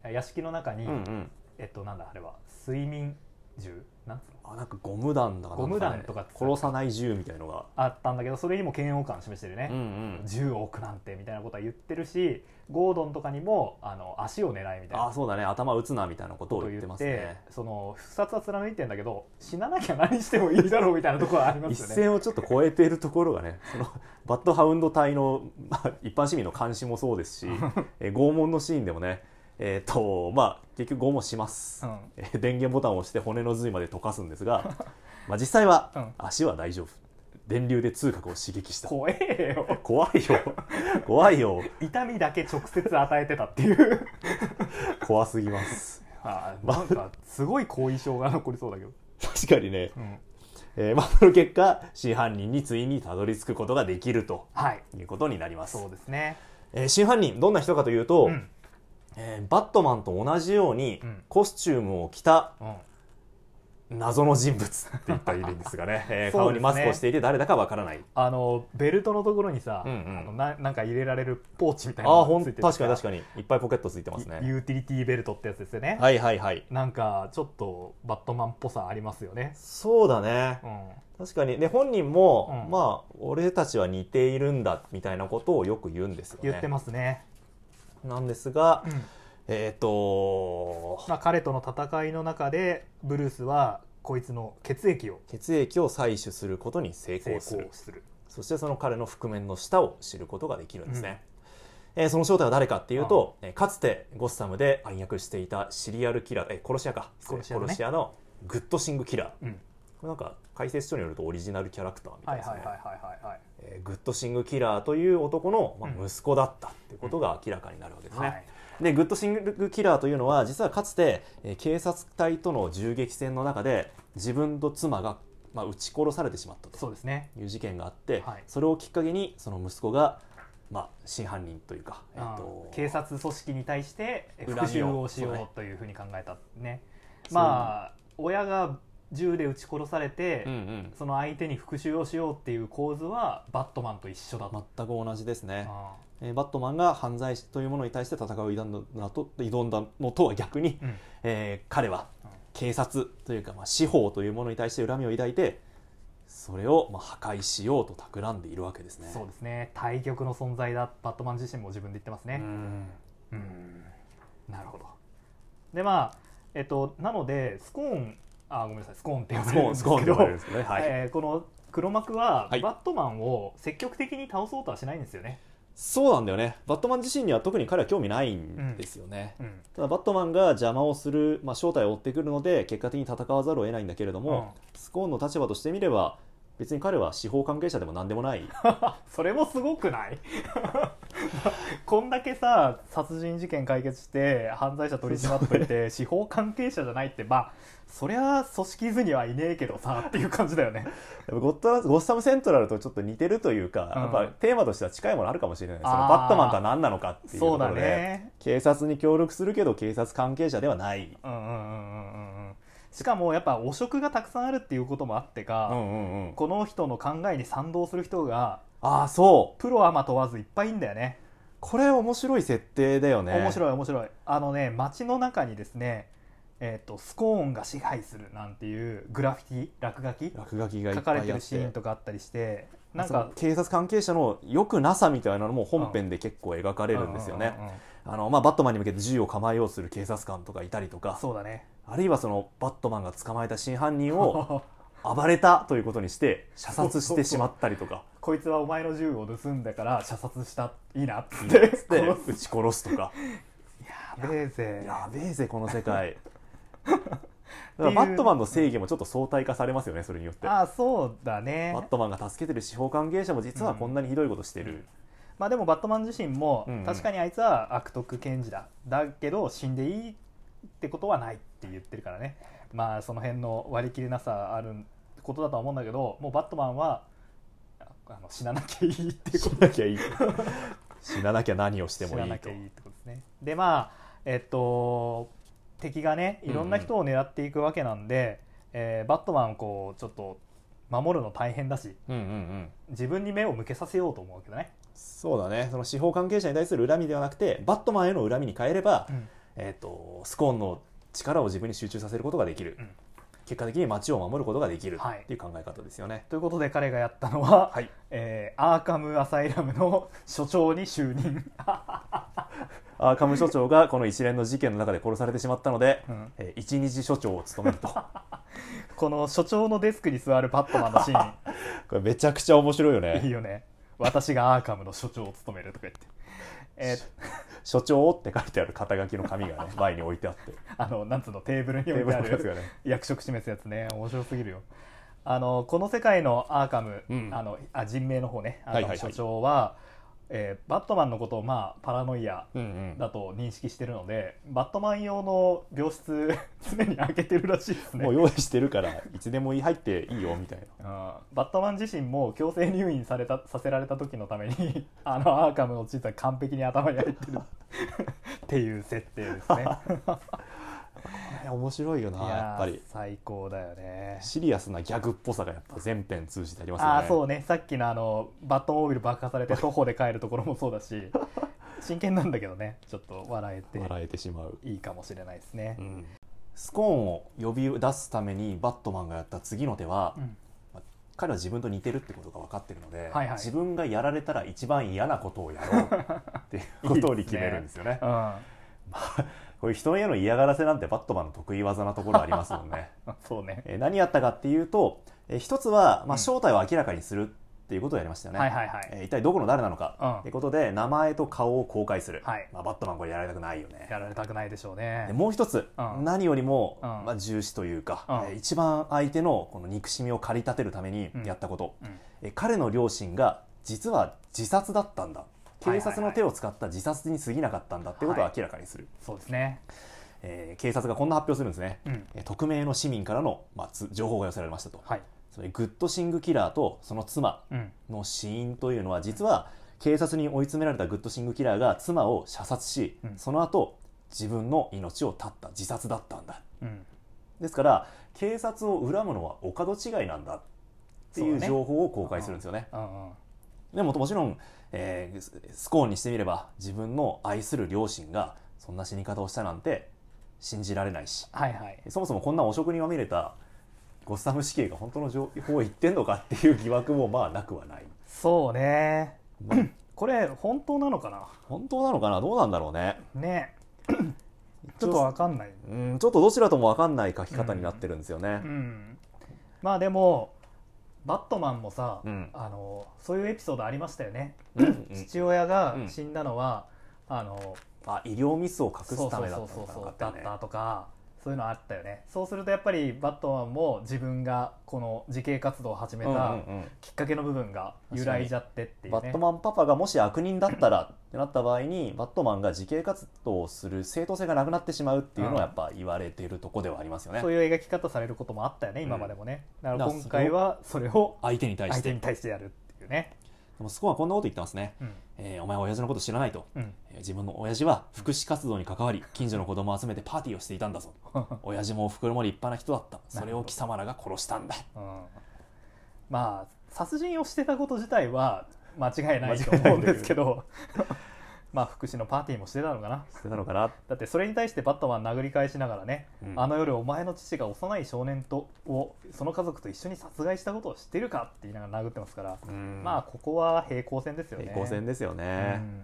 Speaker 1: 屋敷の中に、
Speaker 2: うんうん
Speaker 1: えっとなんだあれは睡眠銃なんつうの
Speaker 2: あなんかゴム弾だかなんかね
Speaker 1: ゴム弾とかって
Speaker 2: 殺さない銃みたいのが、
Speaker 1: あったんだけどそれにも嫌悪感を示してるね、
Speaker 2: うんうん、
Speaker 1: 銃を置くなんてみたいなことは言ってるしゴードンとかにもあの足を狙いみたいな
Speaker 2: あそうだね頭打つなみたいなこと
Speaker 1: こ
Speaker 2: を
Speaker 1: とを
Speaker 2: 言
Speaker 1: 言
Speaker 2: っ
Speaker 1: ってて
Speaker 2: ますね
Speaker 1: その不殺は貫いてんだけど死ななきゃ何してもいいだろうみたいなところはありま
Speaker 2: 一
Speaker 1: すよね。
Speaker 2: 線をちょっと超えているところがね そのバ ッドハウンド隊の、まあ、一般市民の監視もそうですしえー拷問のシーンでもねええー、とまあ結局ゴムします、
Speaker 1: うん
Speaker 2: えー電源ボタンを押して骨の髄まで溶かすんで すがまあ実際は
Speaker 1: うん
Speaker 2: 足は大丈夫電流で痛覚を刺激した
Speaker 1: 怖えよ
Speaker 2: 怖いよ 怖いよ
Speaker 1: 痛みだけ直接与えてたっていう
Speaker 2: 怖すぎます
Speaker 1: あ ーなんかすごい後遺症が残りそうだけど、
Speaker 2: 確かにね、
Speaker 1: うん
Speaker 2: えーまあ、その結果真犯人についにたどり着くことができると
Speaker 1: はい
Speaker 2: いうことになります
Speaker 1: そうですね
Speaker 2: えー真犯人どんな人かというと、
Speaker 1: うん
Speaker 2: えーバットマンと同じように
Speaker 1: うん
Speaker 2: コスチュームを着た
Speaker 1: うん
Speaker 2: 謎の人物って言ったらいいんです がね、えー
Speaker 1: そう
Speaker 2: 顔
Speaker 1: ですね
Speaker 2: にマスクをしていて誰だかわからない
Speaker 1: あのベルトのところにさ、
Speaker 2: うんうん
Speaker 1: あのななんか入れられるポーチみたいな
Speaker 2: ああ
Speaker 1: の
Speaker 2: ほ
Speaker 1: が
Speaker 2: ん
Speaker 1: ついて
Speaker 2: 確かに確
Speaker 1: か
Speaker 2: かにいっぱいポケットついてますね
Speaker 1: ユーティリティベルトってやつですよね、
Speaker 2: はいはいはい
Speaker 1: なんかちょっとバットマンっぽさありますよね
Speaker 2: そうだね
Speaker 1: うん
Speaker 2: 確かにで本人も、
Speaker 1: うん
Speaker 2: まあ俺たちは似ているんだみたいなことをよく言うんですよね
Speaker 1: 言ってますね、
Speaker 2: なんですが
Speaker 1: うん
Speaker 2: えっ、と
Speaker 1: まあ、彼との戦いの中でブルースはこいつの血液を
Speaker 2: 血液を採取することに成
Speaker 1: 成
Speaker 2: 功する
Speaker 1: 功する
Speaker 2: そしてその彼の覆面の下を知ることができるんですね、えーその正体は誰かっていうと、えーかつてゴッサムで暗躍していたシリアルキラー、えー殺し屋か失礼
Speaker 1: 殺し屋だね
Speaker 2: 殺し屋のグッドシングキラー
Speaker 1: うん
Speaker 2: これなんか解説書によるとオリジナルキャラクターみた
Speaker 1: はいい
Speaker 2: で
Speaker 1: はい
Speaker 2: すね、
Speaker 1: はいはいはい
Speaker 2: えーグッドシングキラーという男の、ま
Speaker 1: う
Speaker 2: あ、
Speaker 1: ん
Speaker 2: 息子だったっていうことが明らかになるわけですね、
Speaker 1: はい
Speaker 2: でグッドシングキラーというのは実はかつて、えー警察隊との銃撃戦の中で自分と妻が、まあ、撃ち殺されてしまったと
Speaker 1: そうですね
Speaker 2: いう事件があって、
Speaker 1: はい
Speaker 2: それをきっかけにその息子が、まあ、真犯人というか、えっ
Speaker 1: あ
Speaker 2: と
Speaker 1: ー警察組織に対して
Speaker 2: 恨みを
Speaker 1: 復讐をしよ
Speaker 2: そうね
Speaker 1: うというふうに考えたね
Speaker 2: そう
Speaker 1: まあ親が銃で撃ち殺されて、
Speaker 2: うんうん、
Speaker 1: その相手に復讐をしようっていう構図はバットマンと一緒だと、
Speaker 2: 全く同じですね、
Speaker 1: あ
Speaker 2: えーバットマンが犯罪というものに対して戦う挑んだのと挑んだのとは逆に、
Speaker 1: ーうん
Speaker 2: えー彼は
Speaker 1: うん
Speaker 2: 警察というか、まあ、司法というものに対して恨みを抱いてそれを、まあ、破壊しようと企んでいるわけですね。
Speaker 1: そうですね対極の存在だバットマン自身も自分で言ってますね、
Speaker 2: うん
Speaker 1: うんなるほどでまあえっとなのでスコーンあごめんなさいスコーンって呼ば
Speaker 2: ス
Speaker 1: れ
Speaker 2: コ
Speaker 1: るん
Speaker 2: ーン
Speaker 1: です
Speaker 2: スコーン
Speaker 1: け
Speaker 2: で
Speaker 1: ど
Speaker 2: 呼ばれる んですね。はい、
Speaker 1: えーこの黒幕は
Speaker 2: はい
Speaker 1: バットマンを積極的に倒そうとはしないんですよね、
Speaker 2: そうなんだよね。バットマン自身には特に彼は興味ないんですよね。
Speaker 1: うん
Speaker 2: ただバットマンが邪魔をする、まあ、正体を追ってくるので結果的に戦わざるを得ないんだけれども、スコーンの立場としてみれば別に彼は司法関係者でも何でもない
Speaker 1: それもすごくない こんだけさ殺人事件解決して犯罪者取り締まっといて司法関係者じゃないってまあそりゃ組織図にはいねえけどさっていう感じだよね
Speaker 2: やっぱゴッドゴッサムセントラルとちょっと似てるというか、
Speaker 1: うん
Speaker 2: やっぱテーマとしては近いものあるかもしれないその
Speaker 1: あー
Speaker 2: バットマンとは何なのかっていうと
Speaker 1: そう
Speaker 2: こ
Speaker 1: だ
Speaker 2: ろで、
Speaker 1: ね
Speaker 2: 警察に協力するけど警察関係者ではない、
Speaker 1: うんうんうんうんうんうんしかもやっぱ汚職がたくさんあるっていうこともあってか、
Speaker 2: うんうんうん、
Speaker 1: この人の考えに賛同する人が
Speaker 2: ああそう
Speaker 1: プロアマ問わずいっぱいいんだよね
Speaker 2: これ面白い設定だよね
Speaker 1: 面白い面白いあのね街の中にですねえっ、とスコーンが支配するなんていうグラフィティ落書き
Speaker 2: 落書きがいっ
Speaker 1: 書
Speaker 2: ぱ
Speaker 1: かれ
Speaker 2: いあって
Speaker 1: てるシーンとかあったりしてなん
Speaker 2: その
Speaker 1: か
Speaker 2: 警察関係者の良くなさみたいなのも本編で結構描かれるんですよね、
Speaker 1: うううんうん
Speaker 2: あのまあ、バットマンに向けて銃を構えようとする警察官とかいたりとか
Speaker 1: そうだ ね
Speaker 2: あるいはそのバットマンが捕まえた真犯 人を暴れたということにして射殺してしまったりと か
Speaker 1: こいつはお前の銃を盗んだから射殺したいいなっつっ
Speaker 2: で
Speaker 1: て
Speaker 2: 撃
Speaker 1: 殺す
Speaker 2: ち殺すとか
Speaker 1: やべえぜ
Speaker 2: やべえぜこの 世界だ
Speaker 1: っ
Speaker 2: か
Speaker 1: てい
Speaker 2: ら
Speaker 1: う
Speaker 2: バットマンの正義もちょっと相対化されますよねそれによってバ
Speaker 1: ああそうだね
Speaker 2: ットマンが助けてる司法関係者も実はこんなにひどいことしてる、
Speaker 1: まあでもバットマン自身も
Speaker 2: うんうん
Speaker 1: 確かにあいつは悪徳検事だだけど死んでいいってことはないって言ってるからねまあその辺の割り切れなさあることだとは思うんだけどもうバットマンはああの死ななきゃいいっていう
Speaker 2: 死
Speaker 1: こ
Speaker 2: ななきゃいい死ななきゃ何をし
Speaker 1: と
Speaker 2: て
Speaker 1: 死
Speaker 2: もい
Speaker 1: ないなき
Speaker 2: と
Speaker 1: ゃいいってことですねでまあえっと敵がねいろんな人を狙っていくわけなんで、えーバットマンをこうちょっと守るの大変だし
Speaker 2: うんうんうん
Speaker 1: 自分に目を向けさせようと思うわけどね、
Speaker 2: そうだねその司法関係者に対する恨みではなくてバットマンへの恨みに変えれば、えー、とスコーンの力を自分に集中させることができる、
Speaker 1: うん
Speaker 2: 結果的に街を守ることができる
Speaker 1: はい
Speaker 2: っていう考え方ですよね。
Speaker 1: ということで彼がやったのは、
Speaker 2: はい
Speaker 1: えーアーカムアサイラムの所長に就任、
Speaker 2: アーカム署長がこの一連の事件の中で殺されてしまったので、
Speaker 1: うん
Speaker 2: えー一日署長を務めると
Speaker 1: この所長のデスクに座るバットマンのシー
Speaker 2: これめちゃくちゃ面白いよ
Speaker 1: ンいい
Speaker 2: ね
Speaker 1: よね私がアーカムの所長を務めるとか言ってえ
Speaker 2: 所長って書いてある肩書きの紙 がね前に置いてあって
Speaker 1: ーあのなんつうのテーブルに
Speaker 2: テ
Speaker 1: 置
Speaker 2: ー
Speaker 1: い
Speaker 2: ブ
Speaker 1: てあ
Speaker 2: ルのやつ
Speaker 1: る
Speaker 2: がね
Speaker 1: 役職示すやつね面白すぎるよあのこの世界のアーカム、
Speaker 2: うん
Speaker 1: あのあ人名の方ねあ
Speaker 2: はいはいは
Speaker 1: の
Speaker 2: い
Speaker 1: 所長は、えーバットマンのことをまあパラノイア
Speaker 2: うんうん
Speaker 1: だと認識してるのでバットマン用の病室常に開けてるらしいですね
Speaker 2: もう用意してるからいつでも入っていいよみたいな
Speaker 1: うんバットマン自身も強制入院されたさ せられた時のために あのアーカムの地図は完璧に頭に入ってる っていう設定です ね
Speaker 2: え面白いよないやっぱり
Speaker 1: ー最高だよね
Speaker 2: シリアスなギャグっぽさがやっぱ全編通じてありますよね
Speaker 1: ああーそうねさっきのあのバットモービル爆破されて徒歩で帰るところもそうだ し真剣なんだけどねちょっと笑えて
Speaker 2: 笑えてしまう、
Speaker 1: いいかもしれないですね、
Speaker 2: うんスコーンを呼び出すためにバットマンがやった次の手は、
Speaker 1: うん
Speaker 2: 彼は自分と似てるってことが分かってるので、
Speaker 1: はいはい
Speaker 2: 自分がやられたら一番嫌なことをやろうってい うことに決めるんですよねこういう人への嫌がらせなんてバットマンの得意技なところありますもんね
Speaker 1: うん、そうね
Speaker 2: えー何やったかっていうと、えー一つは、ま
Speaker 1: うん
Speaker 2: あ、正体を明らかにするっていうことをやりましたよね、
Speaker 1: はいはいはい、
Speaker 2: えー一体どこの誰なのか
Speaker 1: うん
Speaker 2: ってことで名前と顔を公開する、
Speaker 1: はい
Speaker 2: まあ、バットマンこれやられたくないよね
Speaker 1: やられたくないでしょうね
Speaker 2: でもう一つ、
Speaker 1: うん
Speaker 2: 何よりも、
Speaker 1: うん
Speaker 2: まあ、重視というか、
Speaker 1: うん
Speaker 2: えー一番相手のこの憎しみを駆り立てるために
Speaker 1: うん
Speaker 2: やったこと、
Speaker 1: うん
Speaker 2: えー彼の両親が実は自殺だったんだ
Speaker 1: いはいは
Speaker 2: 警
Speaker 1: い
Speaker 2: 察の手を使った自殺に過ぎなかったんだってことを明らかにする、
Speaker 1: そうですね
Speaker 2: えー警察がこんな発表するんですね、
Speaker 1: うん
Speaker 2: えー匿名の市民からの、まあ、つ情報が寄せられましたと、
Speaker 1: はい
Speaker 2: それグッドシングキラーとその妻
Speaker 1: うん
Speaker 2: の死因というのは実は警察に追い詰められたグッドシングキラーが妻を射殺し、
Speaker 1: うん
Speaker 2: その後自分の命を絶った自殺だったんだ
Speaker 1: うん
Speaker 2: ですから警察を恨むのはお門違いなんだってい
Speaker 1: そう
Speaker 2: う
Speaker 1: ね
Speaker 2: 情報を公開するんですよね
Speaker 1: うんうん
Speaker 2: でももちろん、えーススコーンにしてみれば自分の愛する両親がそんな死に方をしたなんて信じられないし
Speaker 1: はいはい
Speaker 2: そもそもこんな汚職にまみれたゴッサム死刑が本当の情報を言ってんのかっていう疑惑もまあなくはない、
Speaker 1: そうね
Speaker 2: まあ
Speaker 1: これ本当なのか
Speaker 2: 本当なのかなどうなんだろうね
Speaker 1: な ねちょっとわかんない
Speaker 2: うんちょっとどちらとも分かんない書き方になってるんですよね
Speaker 1: う、んまあでもバットマンもさ、
Speaker 2: うん
Speaker 1: あのそういうエピソードありましたよね、
Speaker 2: うんうん
Speaker 1: 父親が
Speaker 2: うん
Speaker 1: 死んだのは、あの
Speaker 2: あ医療ミスを隠
Speaker 1: そ
Speaker 2: す
Speaker 1: う
Speaker 2: た
Speaker 1: そう
Speaker 2: めだ
Speaker 1: そ
Speaker 2: っ
Speaker 1: う
Speaker 2: た
Speaker 1: そ
Speaker 2: の
Speaker 1: う
Speaker 2: か
Speaker 1: そ
Speaker 2: な
Speaker 1: うだ
Speaker 2: かっ
Speaker 1: った
Speaker 2: ね
Speaker 1: たとかそういうのあったよねそうするとやっぱりバットマンも自分がこの自警活動を始めた
Speaker 2: うんうんうん
Speaker 1: きっかけの部分が揺らいじゃってっていうね
Speaker 2: バットマンパパがもし悪人だったらってなった場合にバットマンが自警活動をする正当性がなくなってしまうっていうのはやっぱ言われてるとこではありますよね、
Speaker 1: そういう描き方されることもあったよね今までもね、だから
Speaker 2: だから
Speaker 1: 今回はそれを
Speaker 2: 相手に対し
Speaker 1: 相
Speaker 2: て
Speaker 1: 手
Speaker 2: で
Speaker 1: に対してやるっていうね
Speaker 2: もスコアはこんなこと言ってますね、
Speaker 1: うん
Speaker 2: えーお前は親父のこと知らないと、
Speaker 1: うん
Speaker 2: えー自分の親父は福祉活動に関わり近所の子供を集めてパーティーをしていたんだぞ親父もおふくろも立派な人だったそれを貴様らが殺したんだ
Speaker 1: うんまあ殺人をしてたこと自体は間違いないと
Speaker 2: 間違いない
Speaker 1: 思うんですけどまあ福祉のパーティーもしてたのかな
Speaker 2: してたのかな、
Speaker 1: だってそれに対してバットマン殴り返しながらね、
Speaker 2: うん
Speaker 1: あの夜お前の父が幼い少年とをその家族と一緒に殺害したことを知ってるかって言いながら殴ってますから、
Speaker 2: うん
Speaker 1: まあここは平行線ですよね
Speaker 2: 平行線ですよね、
Speaker 1: うん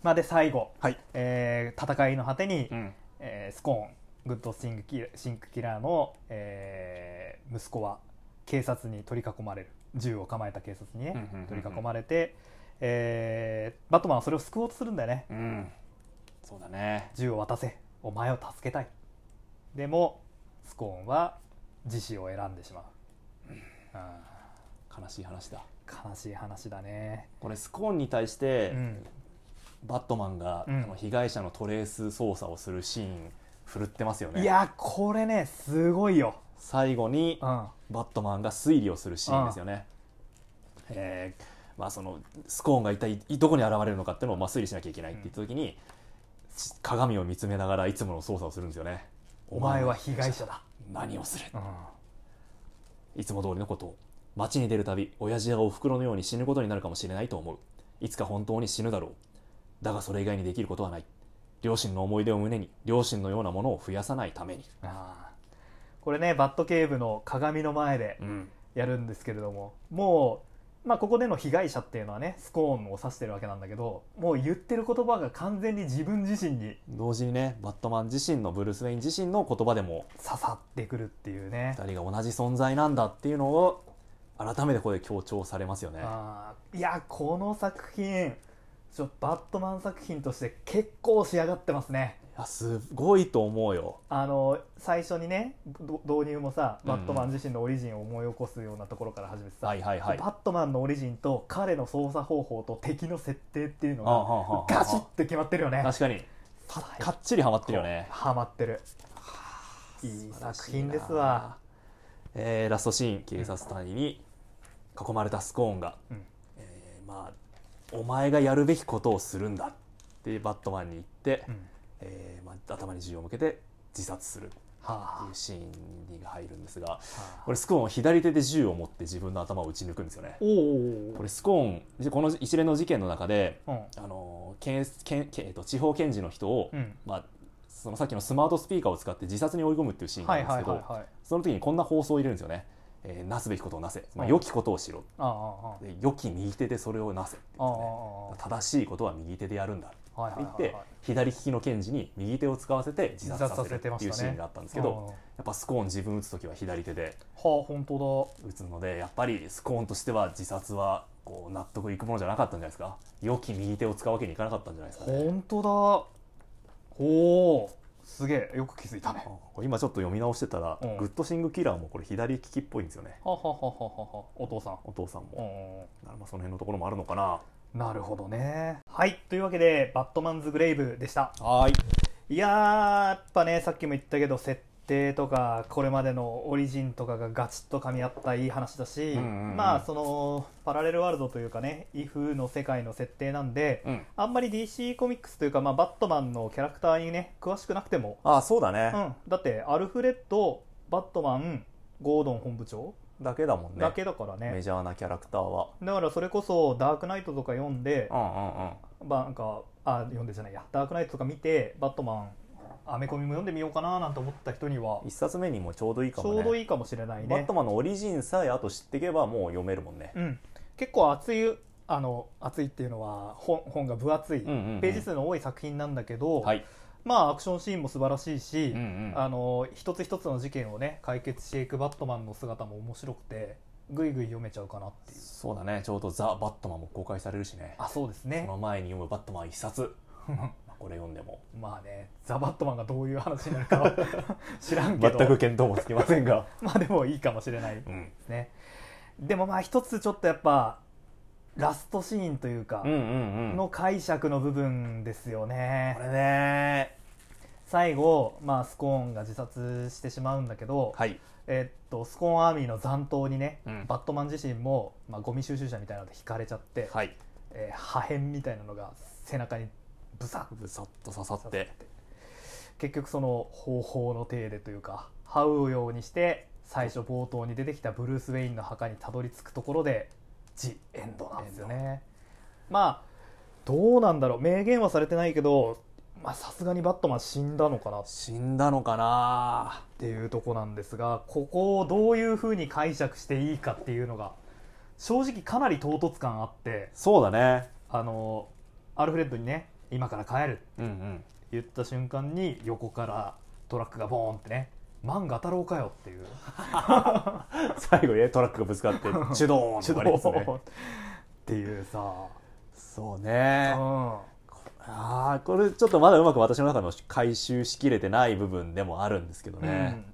Speaker 1: まあで最後、
Speaker 2: はい
Speaker 1: えー戦いの果てに、
Speaker 2: うん
Speaker 1: えースコーングッドシングキラシンクキラーの、えー息子は警察に取り囲まれる銃を構えた警察にね、
Speaker 2: うんうんうんうん
Speaker 1: 取り囲まれて、えーバットマンはそれを救おうとするんだよね
Speaker 2: うんそうだね
Speaker 1: 銃を渡せお前を助けたいでもスコーンは自死を選んでしまう、あ
Speaker 2: 悲しい話だ
Speaker 1: ー悲しい話だね、
Speaker 2: これスコーンに対して、
Speaker 1: うん
Speaker 2: バットマンが、
Speaker 1: うん
Speaker 2: あの被害者のトレース操作をするシーン振るってますよね
Speaker 1: いやこれねすごいよ、
Speaker 2: 最後に
Speaker 1: うん、
Speaker 2: バットマンが推理をするシーンですよね、えーまあ、そのスコーンが一体どこに現れるのかっていうのをまあ推理しなきゃいけないって言った時に、し鏡を見つめながらいつもの操作をするんですよね
Speaker 1: お前は被害者だ、
Speaker 2: 何をする
Speaker 1: うん
Speaker 2: いつも通りのことを街に出るたび親父やおふくろのように死ぬことになるかもしれないと思ういつか本当に死ぬだろうだがそれ以外にできることはない両親の思い出を胸に両親のようなものを増やさないために、
Speaker 1: あーこれねバットケーブの鏡の前で
Speaker 2: うん、
Speaker 1: やるんですけれどももう、まあ、ここでの被害者っていうのはねスコーンを指してるわけなんだけどもう言ってる言葉が完全に自分自身に
Speaker 2: 同時にねバットマン自身のブルース・ウェイン自身の言葉でも
Speaker 1: 刺さってくるっていうね
Speaker 2: 2人が同じ存在なんだっていうのを改めてここで強調されますよね
Speaker 1: あーいやこの作品ちょバットマン作品として結構仕上がってますね
Speaker 2: いやすごいと思うよ
Speaker 1: あの最初にねど導入もさ
Speaker 2: うんう
Speaker 1: バ
Speaker 2: ん
Speaker 1: ットマン自身のオリジンを思い起こすようなところから始めてさ、
Speaker 2: はいはいはい
Speaker 1: バットマンのオリジンと彼の操作方法と敵の設定っていうの
Speaker 2: ああはあは
Speaker 1: が
Speaker 2: あ
Speaker 1: ガシッて決まってるよね
Speaker 2: 確かに
Speaker 1: 最高
Speaker 2: かっちりハマってるよね
Speaker 1: ハマってるいい作品ですわ、
Speaker 2: えーラストシーン警察隊に囲まれたスコーンが、
Speaker 1: うん
Speaker 2: えーまあお前がやるべきことをするんだってバットマンに言って、
Speaker 1: うん
Speaker 2: えーまあ、頭に銃を向けて自殺するって
Speaker 1: はあ
Speaker 2: いうシーンに入るんですが
Speaker 1: はあ
Speaker 2: これスコーンは左手で銃を持って自分の頭を撃ち抜くんですよね
Speaker 1: おお
Speaker 2: これスコーンこの一連の事件の中で
Speaker 1: うん
Speaker 2: あの検検検えっと地方検事の人を、
Speaker 1: うん
Speaker 2: まあ、そのさっきのスマートスピーカーを使って自殺に追い込むっていうシーンがあ
Speaker 1: は
Speaker 2: る
Speaker 1: い
Speaker 2: んです
Speaker 1: は
Speaker 2: け
Speaker 1: いはい
Speaker 2: ど、
Speaker 1: はい
Speaker 2: その時にこんな放送を入れるんですよね、えーなすべきことをなせ、まあ、
Speaker 1: うん
Speaker 2: 良きことをしろ
Speaker 1: ああああ
Speaker 2: で良き右手でそれをなせって
Speaker 1: あ
Speaker 2: 言
Speaker 1: あ
Speaker 2: う
Speaker 1: あ
Speaker 2: んですね正しいことは右手でやるんだって
Speaker 1: あはいはい
Speaker 2: 言
Speaker 1: は
Speaker 2: って、
Speaker 1: いはい
Speaker 2: 左利きの検事に右手を使わせて自殺させるっていうシーンがあったんですけど、
Speaker 1: うんは
Speaker 2: やっぱスコーン自分打つ時は左手で
Speaker 1: あ本当
Speaker 2: 打つのでやっぱりスコーンとしては自殺はこう納得いくものじゃなかったんじゃないですか良き右手を使うわけにいかなかったんじゃないで
Speaker 1: だ
Speaker 2: すかね
Speaker 1: 本当だおおすげえよく気づいたね
Speaker 2: うん今ちょっと読み直してたら、
Speaker 1: うん
Speaker 2: グッドシングキラーもこれ左利きっぽいんですよね
Speaker 1: ははははははお父さん
Speaker 2: お父さんも、
Speaker 1: うん
Speaker 2: なるほどまあその辺のところもあるのかな
Speaker 1: なるほどねはいというわけで「バットマンズ・グレイブ」でした
Speaker 2: はい
Speaker 1: いやーやっぱねさっきも言ったけど設定とかこれまでのオリジンとかがガチッと噛み合ったいい話だし、
Speaker 2: うんうんうん
Speaker 1: まあそのパラレルワールドというかね「イフ」の世界の設定なんで
Speaker 2: うん
Speaker 1: あんまり DC コミックスというか、まあ、バットマンのキャラクターにね詳しくなくても、
Speaker 2: ああそうだ
Speaker 1: う
Speaker 2: ね、
Speaker 1: ん、だってアルフレッドバットマンゴードン本部長
Speaker 2: だけだもんね
Speaker 1: だけだからね
Speaker 2: メジャーなキャラクターは
Speaker 1: だからそれこそ「ダークナイト」とか読んで
Speaker 2: う、んうんうん
Speaker 1: まあなんかあ読んでじゃないや「ダークナイト」とか見て「バットマン」アメコミも読んでみようかななんて思った人には
Speaker 2: 一冊目にもちょうどいい
Speaker 1: ち
Speaker 2: かもね
Speaker 1: ょうどいいかもしれない
Speaker 2: バッ
Speaker 1: ね
Speaker 2: トマンのオリジンさえあと知っていけばもう読めるもんね、
Speaker 1: うん、結構厚いあの厚いっていうのは本本が分厚い、
Speaker 2: うんうんうん
Speaker 1: ページ数の多い作品なんだけど、
Speaker 2: はい、
Speaker 1: まあアクションシーンも素晴らしいし、
Speaker 2: ん
Speaker 1: あの一つ一つの事件をね解決していくバットマンの姿も面白くてぐいぐい読めちゃうかなっていう
Speaker 2: そうだねちょうど「ザ・バットマン」も公開されるしね
Speaker 1: あそうです
Speaker 2: そ
Speaker 1: ね
Speaker 2: の前に読む「バットマン」一冊 まあこれ読んで も
Speaker 1: まあねザ・バットマンがどういう話になるかは 知らんけ
Speaker 2: 全
Speaker 1: ど
Speaker 2: く見当もつきませんが
Speaker 1: まあでもいいかもしれないで
Speaker 2: うん
Speaker 1: すねでもまあ一つちょっとやっぱラストシーンというか
Speaker 2: うんうんうん
Speaker 1: の解釈の部分ですよね
Speaker 2: これね
Speaker 1: 最後、まあ、スコーンが自殺してしまうんだけど、
Speaker 2: はい
Speaker 1: えっとスコーンアーミーの残党にね、
Speaker 2: うん
Speaker 1: バットマン自身も、まあ、ゴミ収集車みたいなので引かれちゃって、
Speaker 2: はい
Speaker 1: えー破片みたいなのが背中にブサッ
Speaker 2: ぶさっと刺さって
Speaker 1: 結局その方法の手でというか這うようにして最初冒頭に出てきたブルース・ウェインの墓にたどり着くところでジ・エンドなんですよねまあどうなんだろう明言はされてないけどまあさすがにバットマン死んだのかなっ
Speaker 2: 死んだのかな
Speaker 1: っていうとこなんですがここをどういうふうに解釈していいかっていうのが正直かなり唐突感あって
Speaker 2: そうだね
Speaker 1: あのアルフレッドにね「今から帰る」って
Speaker 2: うんうん
Speaker 1: 言った瞬間に横からトラックがボーンってね「漫画太郎かよ」 っていう
Speaker 2: 最後にねトラックがぶ つかってチュドーンって終わりですね
Speaker 1: ドーンっていうさ、
Speaker 2: そう
Speaker 1: う
Speaker 2: ね
Speaker 1: ん、
Speaker 2: ああこれちょっとまだうまく私の中の回収しきれてない部分でもあるんですけどね、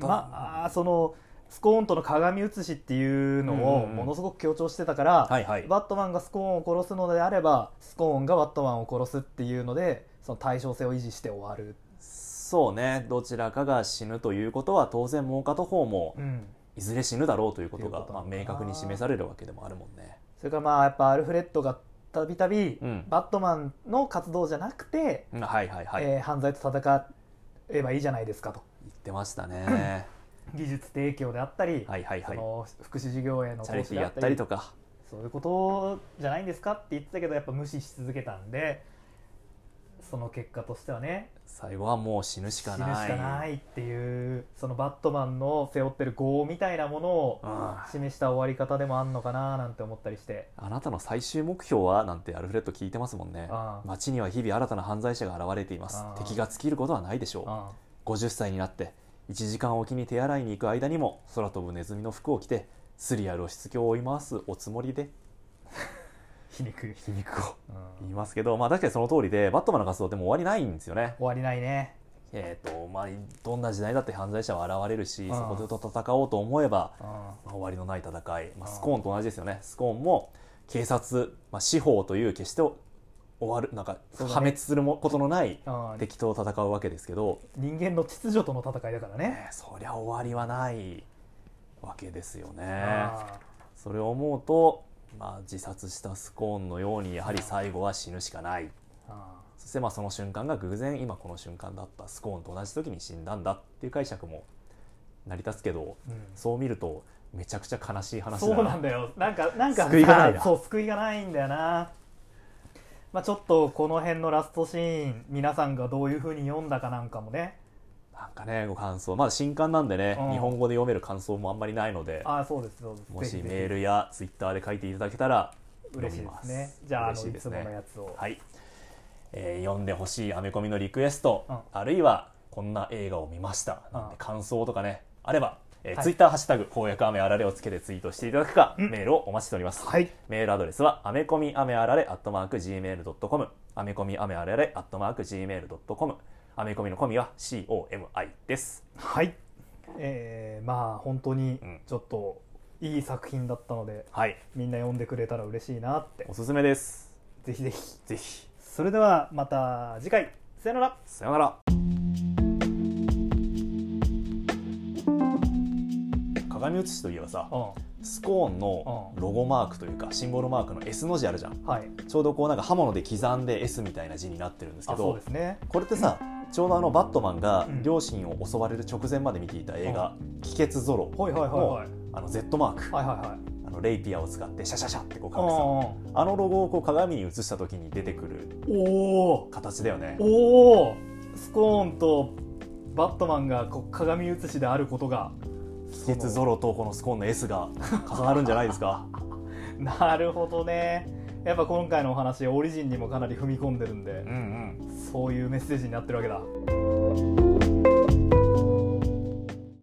Speaker 1: うんまあそのスコーンとの鏡写しっていうの
Speaker 2: うん
Speaker 1: を
Speaker 2: うん
Speaker 1: ものすごく強調してたから、
Speaker 2: はいはい
Speaker 1: バットマンがスコーンを殺すのであればスコーンがバットマンを殺すっていうのでその対称性を維持して終わる、
Speaker 2: そうねどちらかが死ぬということは当然もう片方も
Speaker 1: うん、
Speaker 2: いずれ死ぬだろうということ
Speaker 1: という
Speaker 2: が
Speaker 1: こと
Speaker 2: まあ
Speaker 1: なんだ
Speaker 2: 明
Speaker 1: な
Speaker 2: 確に示されるわけでもあるもんね
Speaker 1: それからまあやっぱアルフレッドがたびたび
Speaker 2: うん
Speaker 1: バットマンの活動じゃなくて、
Speaker 2: うんはいはいはい、
Speaker 1: えー犯罪と戦えばいいじゃないですかと
Speaker 2: 言ってましたね
Speaker 1: 技術提供であったり、
Speaker 2: はいはいは
Speaker 1: そ
Speaker 2: い
Speaker 1: の福祉事業への
Speaker 2: チャリ
Speaker 1: 投資
Speaker 2: ティ
Speaker 1: で
Speaker 2: ー
Speaker 1: あ
Speaker 2: や
Speaker 1: っ
Speaker 2: った
Speaker 1: た
Speaker 2: り
Speaker 1: り
Speaker 2: とか
Speaker 1: そういうことじゃないんですかって言ってたけどやっぱ無視し続けたんでその結果としてはね
Speaker 2: 最後はもう死ぬし
Speaker 1: 死ぬ
Speaker 2: か
Speaker 1: し
Speaker 2: ない
Speaker 1: かないっていうそのバットマンの背負ってる業みたいなものを
Speaker 2: うん
Speaker 1: 示した終わり方でもあんのかななんて思ったりして
Speaker 2: あなたの最終目標はなんてアルフレッド聞いてますもんね
Speaker 1: ああ
Speaker 2: 街には日々新たな犯罪者が現れています
Speaker 1: ああ
Speaker 2: 敵が尽きることはないでしょう
Speaker 1: あ
Speaker 2: 50歳になって1時間おきに手洗いに行く間にも空飛ぶネズミの服を着てスリや露出狂を追い回すおつもりで
Speaker 1: 皮肉、
Speaker 2: 皮肉を
Speaker 1: うん、
Speaker 2: 言い
Speaker 1: 終
Speaker 2: ますけど、まあ、確かにその通りでバットマンの活動ってもう終わりないんですよね。
Speaker 1: わりないね
Speaker 2: えーとまあ、どんな時代だって犯罪者は現れるし
Speaker 1: うん
Speaker 2: そこと戦おうと思えば、
Speaker 1: うん
Speaker 2: まあ、終わりのない戦い、まあ、
Speaker 1: うん
Speaker 2: スコーンと同じですよねスコーンも警察、まあ、司法という決して終わるなんか
Speaker 1: そうだね
Speaker 2: 破滅するもことのない
Speaker 1: うん
Speaker 2: 敵と戦うわけですけど、
Speaker 1: 人間の秩序との戦いだからね
Speaker 2: えーそりゃ終わりはないわけですよね。
Speaker 1: あ
Speaker 2: それを思うと、まあ、自殺したスコーンのようにやはり最後は死ぬしかない
Speaker 1: ーあ
Speaker 2: そしてまあその瞬間が偶然今この瞬間だったスコーンと同じ時に死んだんだっていう解釈も成り立つけど
Speaker 1: ー、うん
Speaker 2: そう見るとめちゃくちゃ悲しい話だ
Speaker 1: そうなんだよなんかなんか
Speaker 2: 救いがないな
Speaker 1: さそう救いがないんだよなまあちょっとこの辺のラストシーン皆さんがどういうふうに読んだかなんかもね
Speaker 2: なんかねご感想まだ新刊なんでね、
Speaker 1: うん
Speaker 2: 日本語で読める感想もあんまりないので
Speaker 1: ああそうですそうです
Speaker 2: も
Speaker 1: ぜ
Speaker 2: し
Speaker 1: ひぜひ
Speaker 2: メールやツイッターで書いていただけたら
Speaker 1: 嬉しい
Speaker 2: 読み
Speaker 1: で
Speaker 2: ます
Speaker 1: すねじゃああ
Speaker 2: 嬉
Speaker 1: の
Speaker 2: しい
Speaker 1: い
Speaker 2: です
Speaker 1: つ
Speaker 2: ね
Speaker 1: ものやつを
Speaker 2: はい、えー読んでほしいアメコミのリクエスト、
Speaker 1: うん
Speaker 2: あるいはこんな映画を見ましたなん
Speaker 1: う
Speaker 2: て
Speaker 1: ん
Speaker 2: 感想とかねあれば、えー
Speaker 1: はい
Speaker 2: ツイッターハッシュタグ公約雨あられをつけてツイートしていただくか、
Speaker 1: うん
Speaker 2: メールをお待ちしております、
Speaker 1: はい
Speaker 2: メールアドレスはアメコミアメあられアットマーク Gmail.com アメコミアメあられアットマーク Gmail.com アメコミのコミは COMI です
Speaker 1: はいえーまあ本当に
Speaker 2: うん
Speaker 1: ちょっといい作品だったので
Speaker 2: はい
Speaker 1: みんな読んでくれたら嬉しいなって
Speaker 2: おすすめです
Speaker 1: ぜひぜひ
Speaker 2: ぜひ
Speaker 1: それではまた次回さよなら
Speaker 2: さようなら鏡写しといえばさ
Speaker 1: うん
Speaker 2: スコーンの
Speaker 1: う
Speaker 2: ロゴマークというかシンボルマークの S の字あるじゃん
Speaker 1: はい
Speaker 2: ちょうどこうなんか刃物で刻んで S みたいな字になってるんですけ
Speaker 1: あそう
Speaker 2: ど
Speaker 1: ですね
Speaker 2: これってさちょうどあのバットマンが
Speaker 1: うん
Speaker 2: 両親を襲われる直前まで見ていた映画「気血ゾロ
Speaker 1: はいはいはいはい
Speaker 2: の」あの Z マーク
Speaker 1: はいはいはい
Speaker 2: あのレイピアを使ってシャシャシャってこう隠すの
Speaker 1: あ
Speaker 2: あのロゴをこう鏡に映した時に出てくる
Speaker 1: ーお
Speaker 2: 形だよね
Speaker 1: おおおスコーンとバットマンがこう鏡写しであることが
Speaker 2: 気血ゾロとこのスコーンの S が重なるんじゃないですか
Speaker 1: なるほどねやっぱ今回のお話オリジンにもかなり踏み込んでるんで
Speaker 2: うんうん
Speaker 1: そういうメッセージになってるわけだ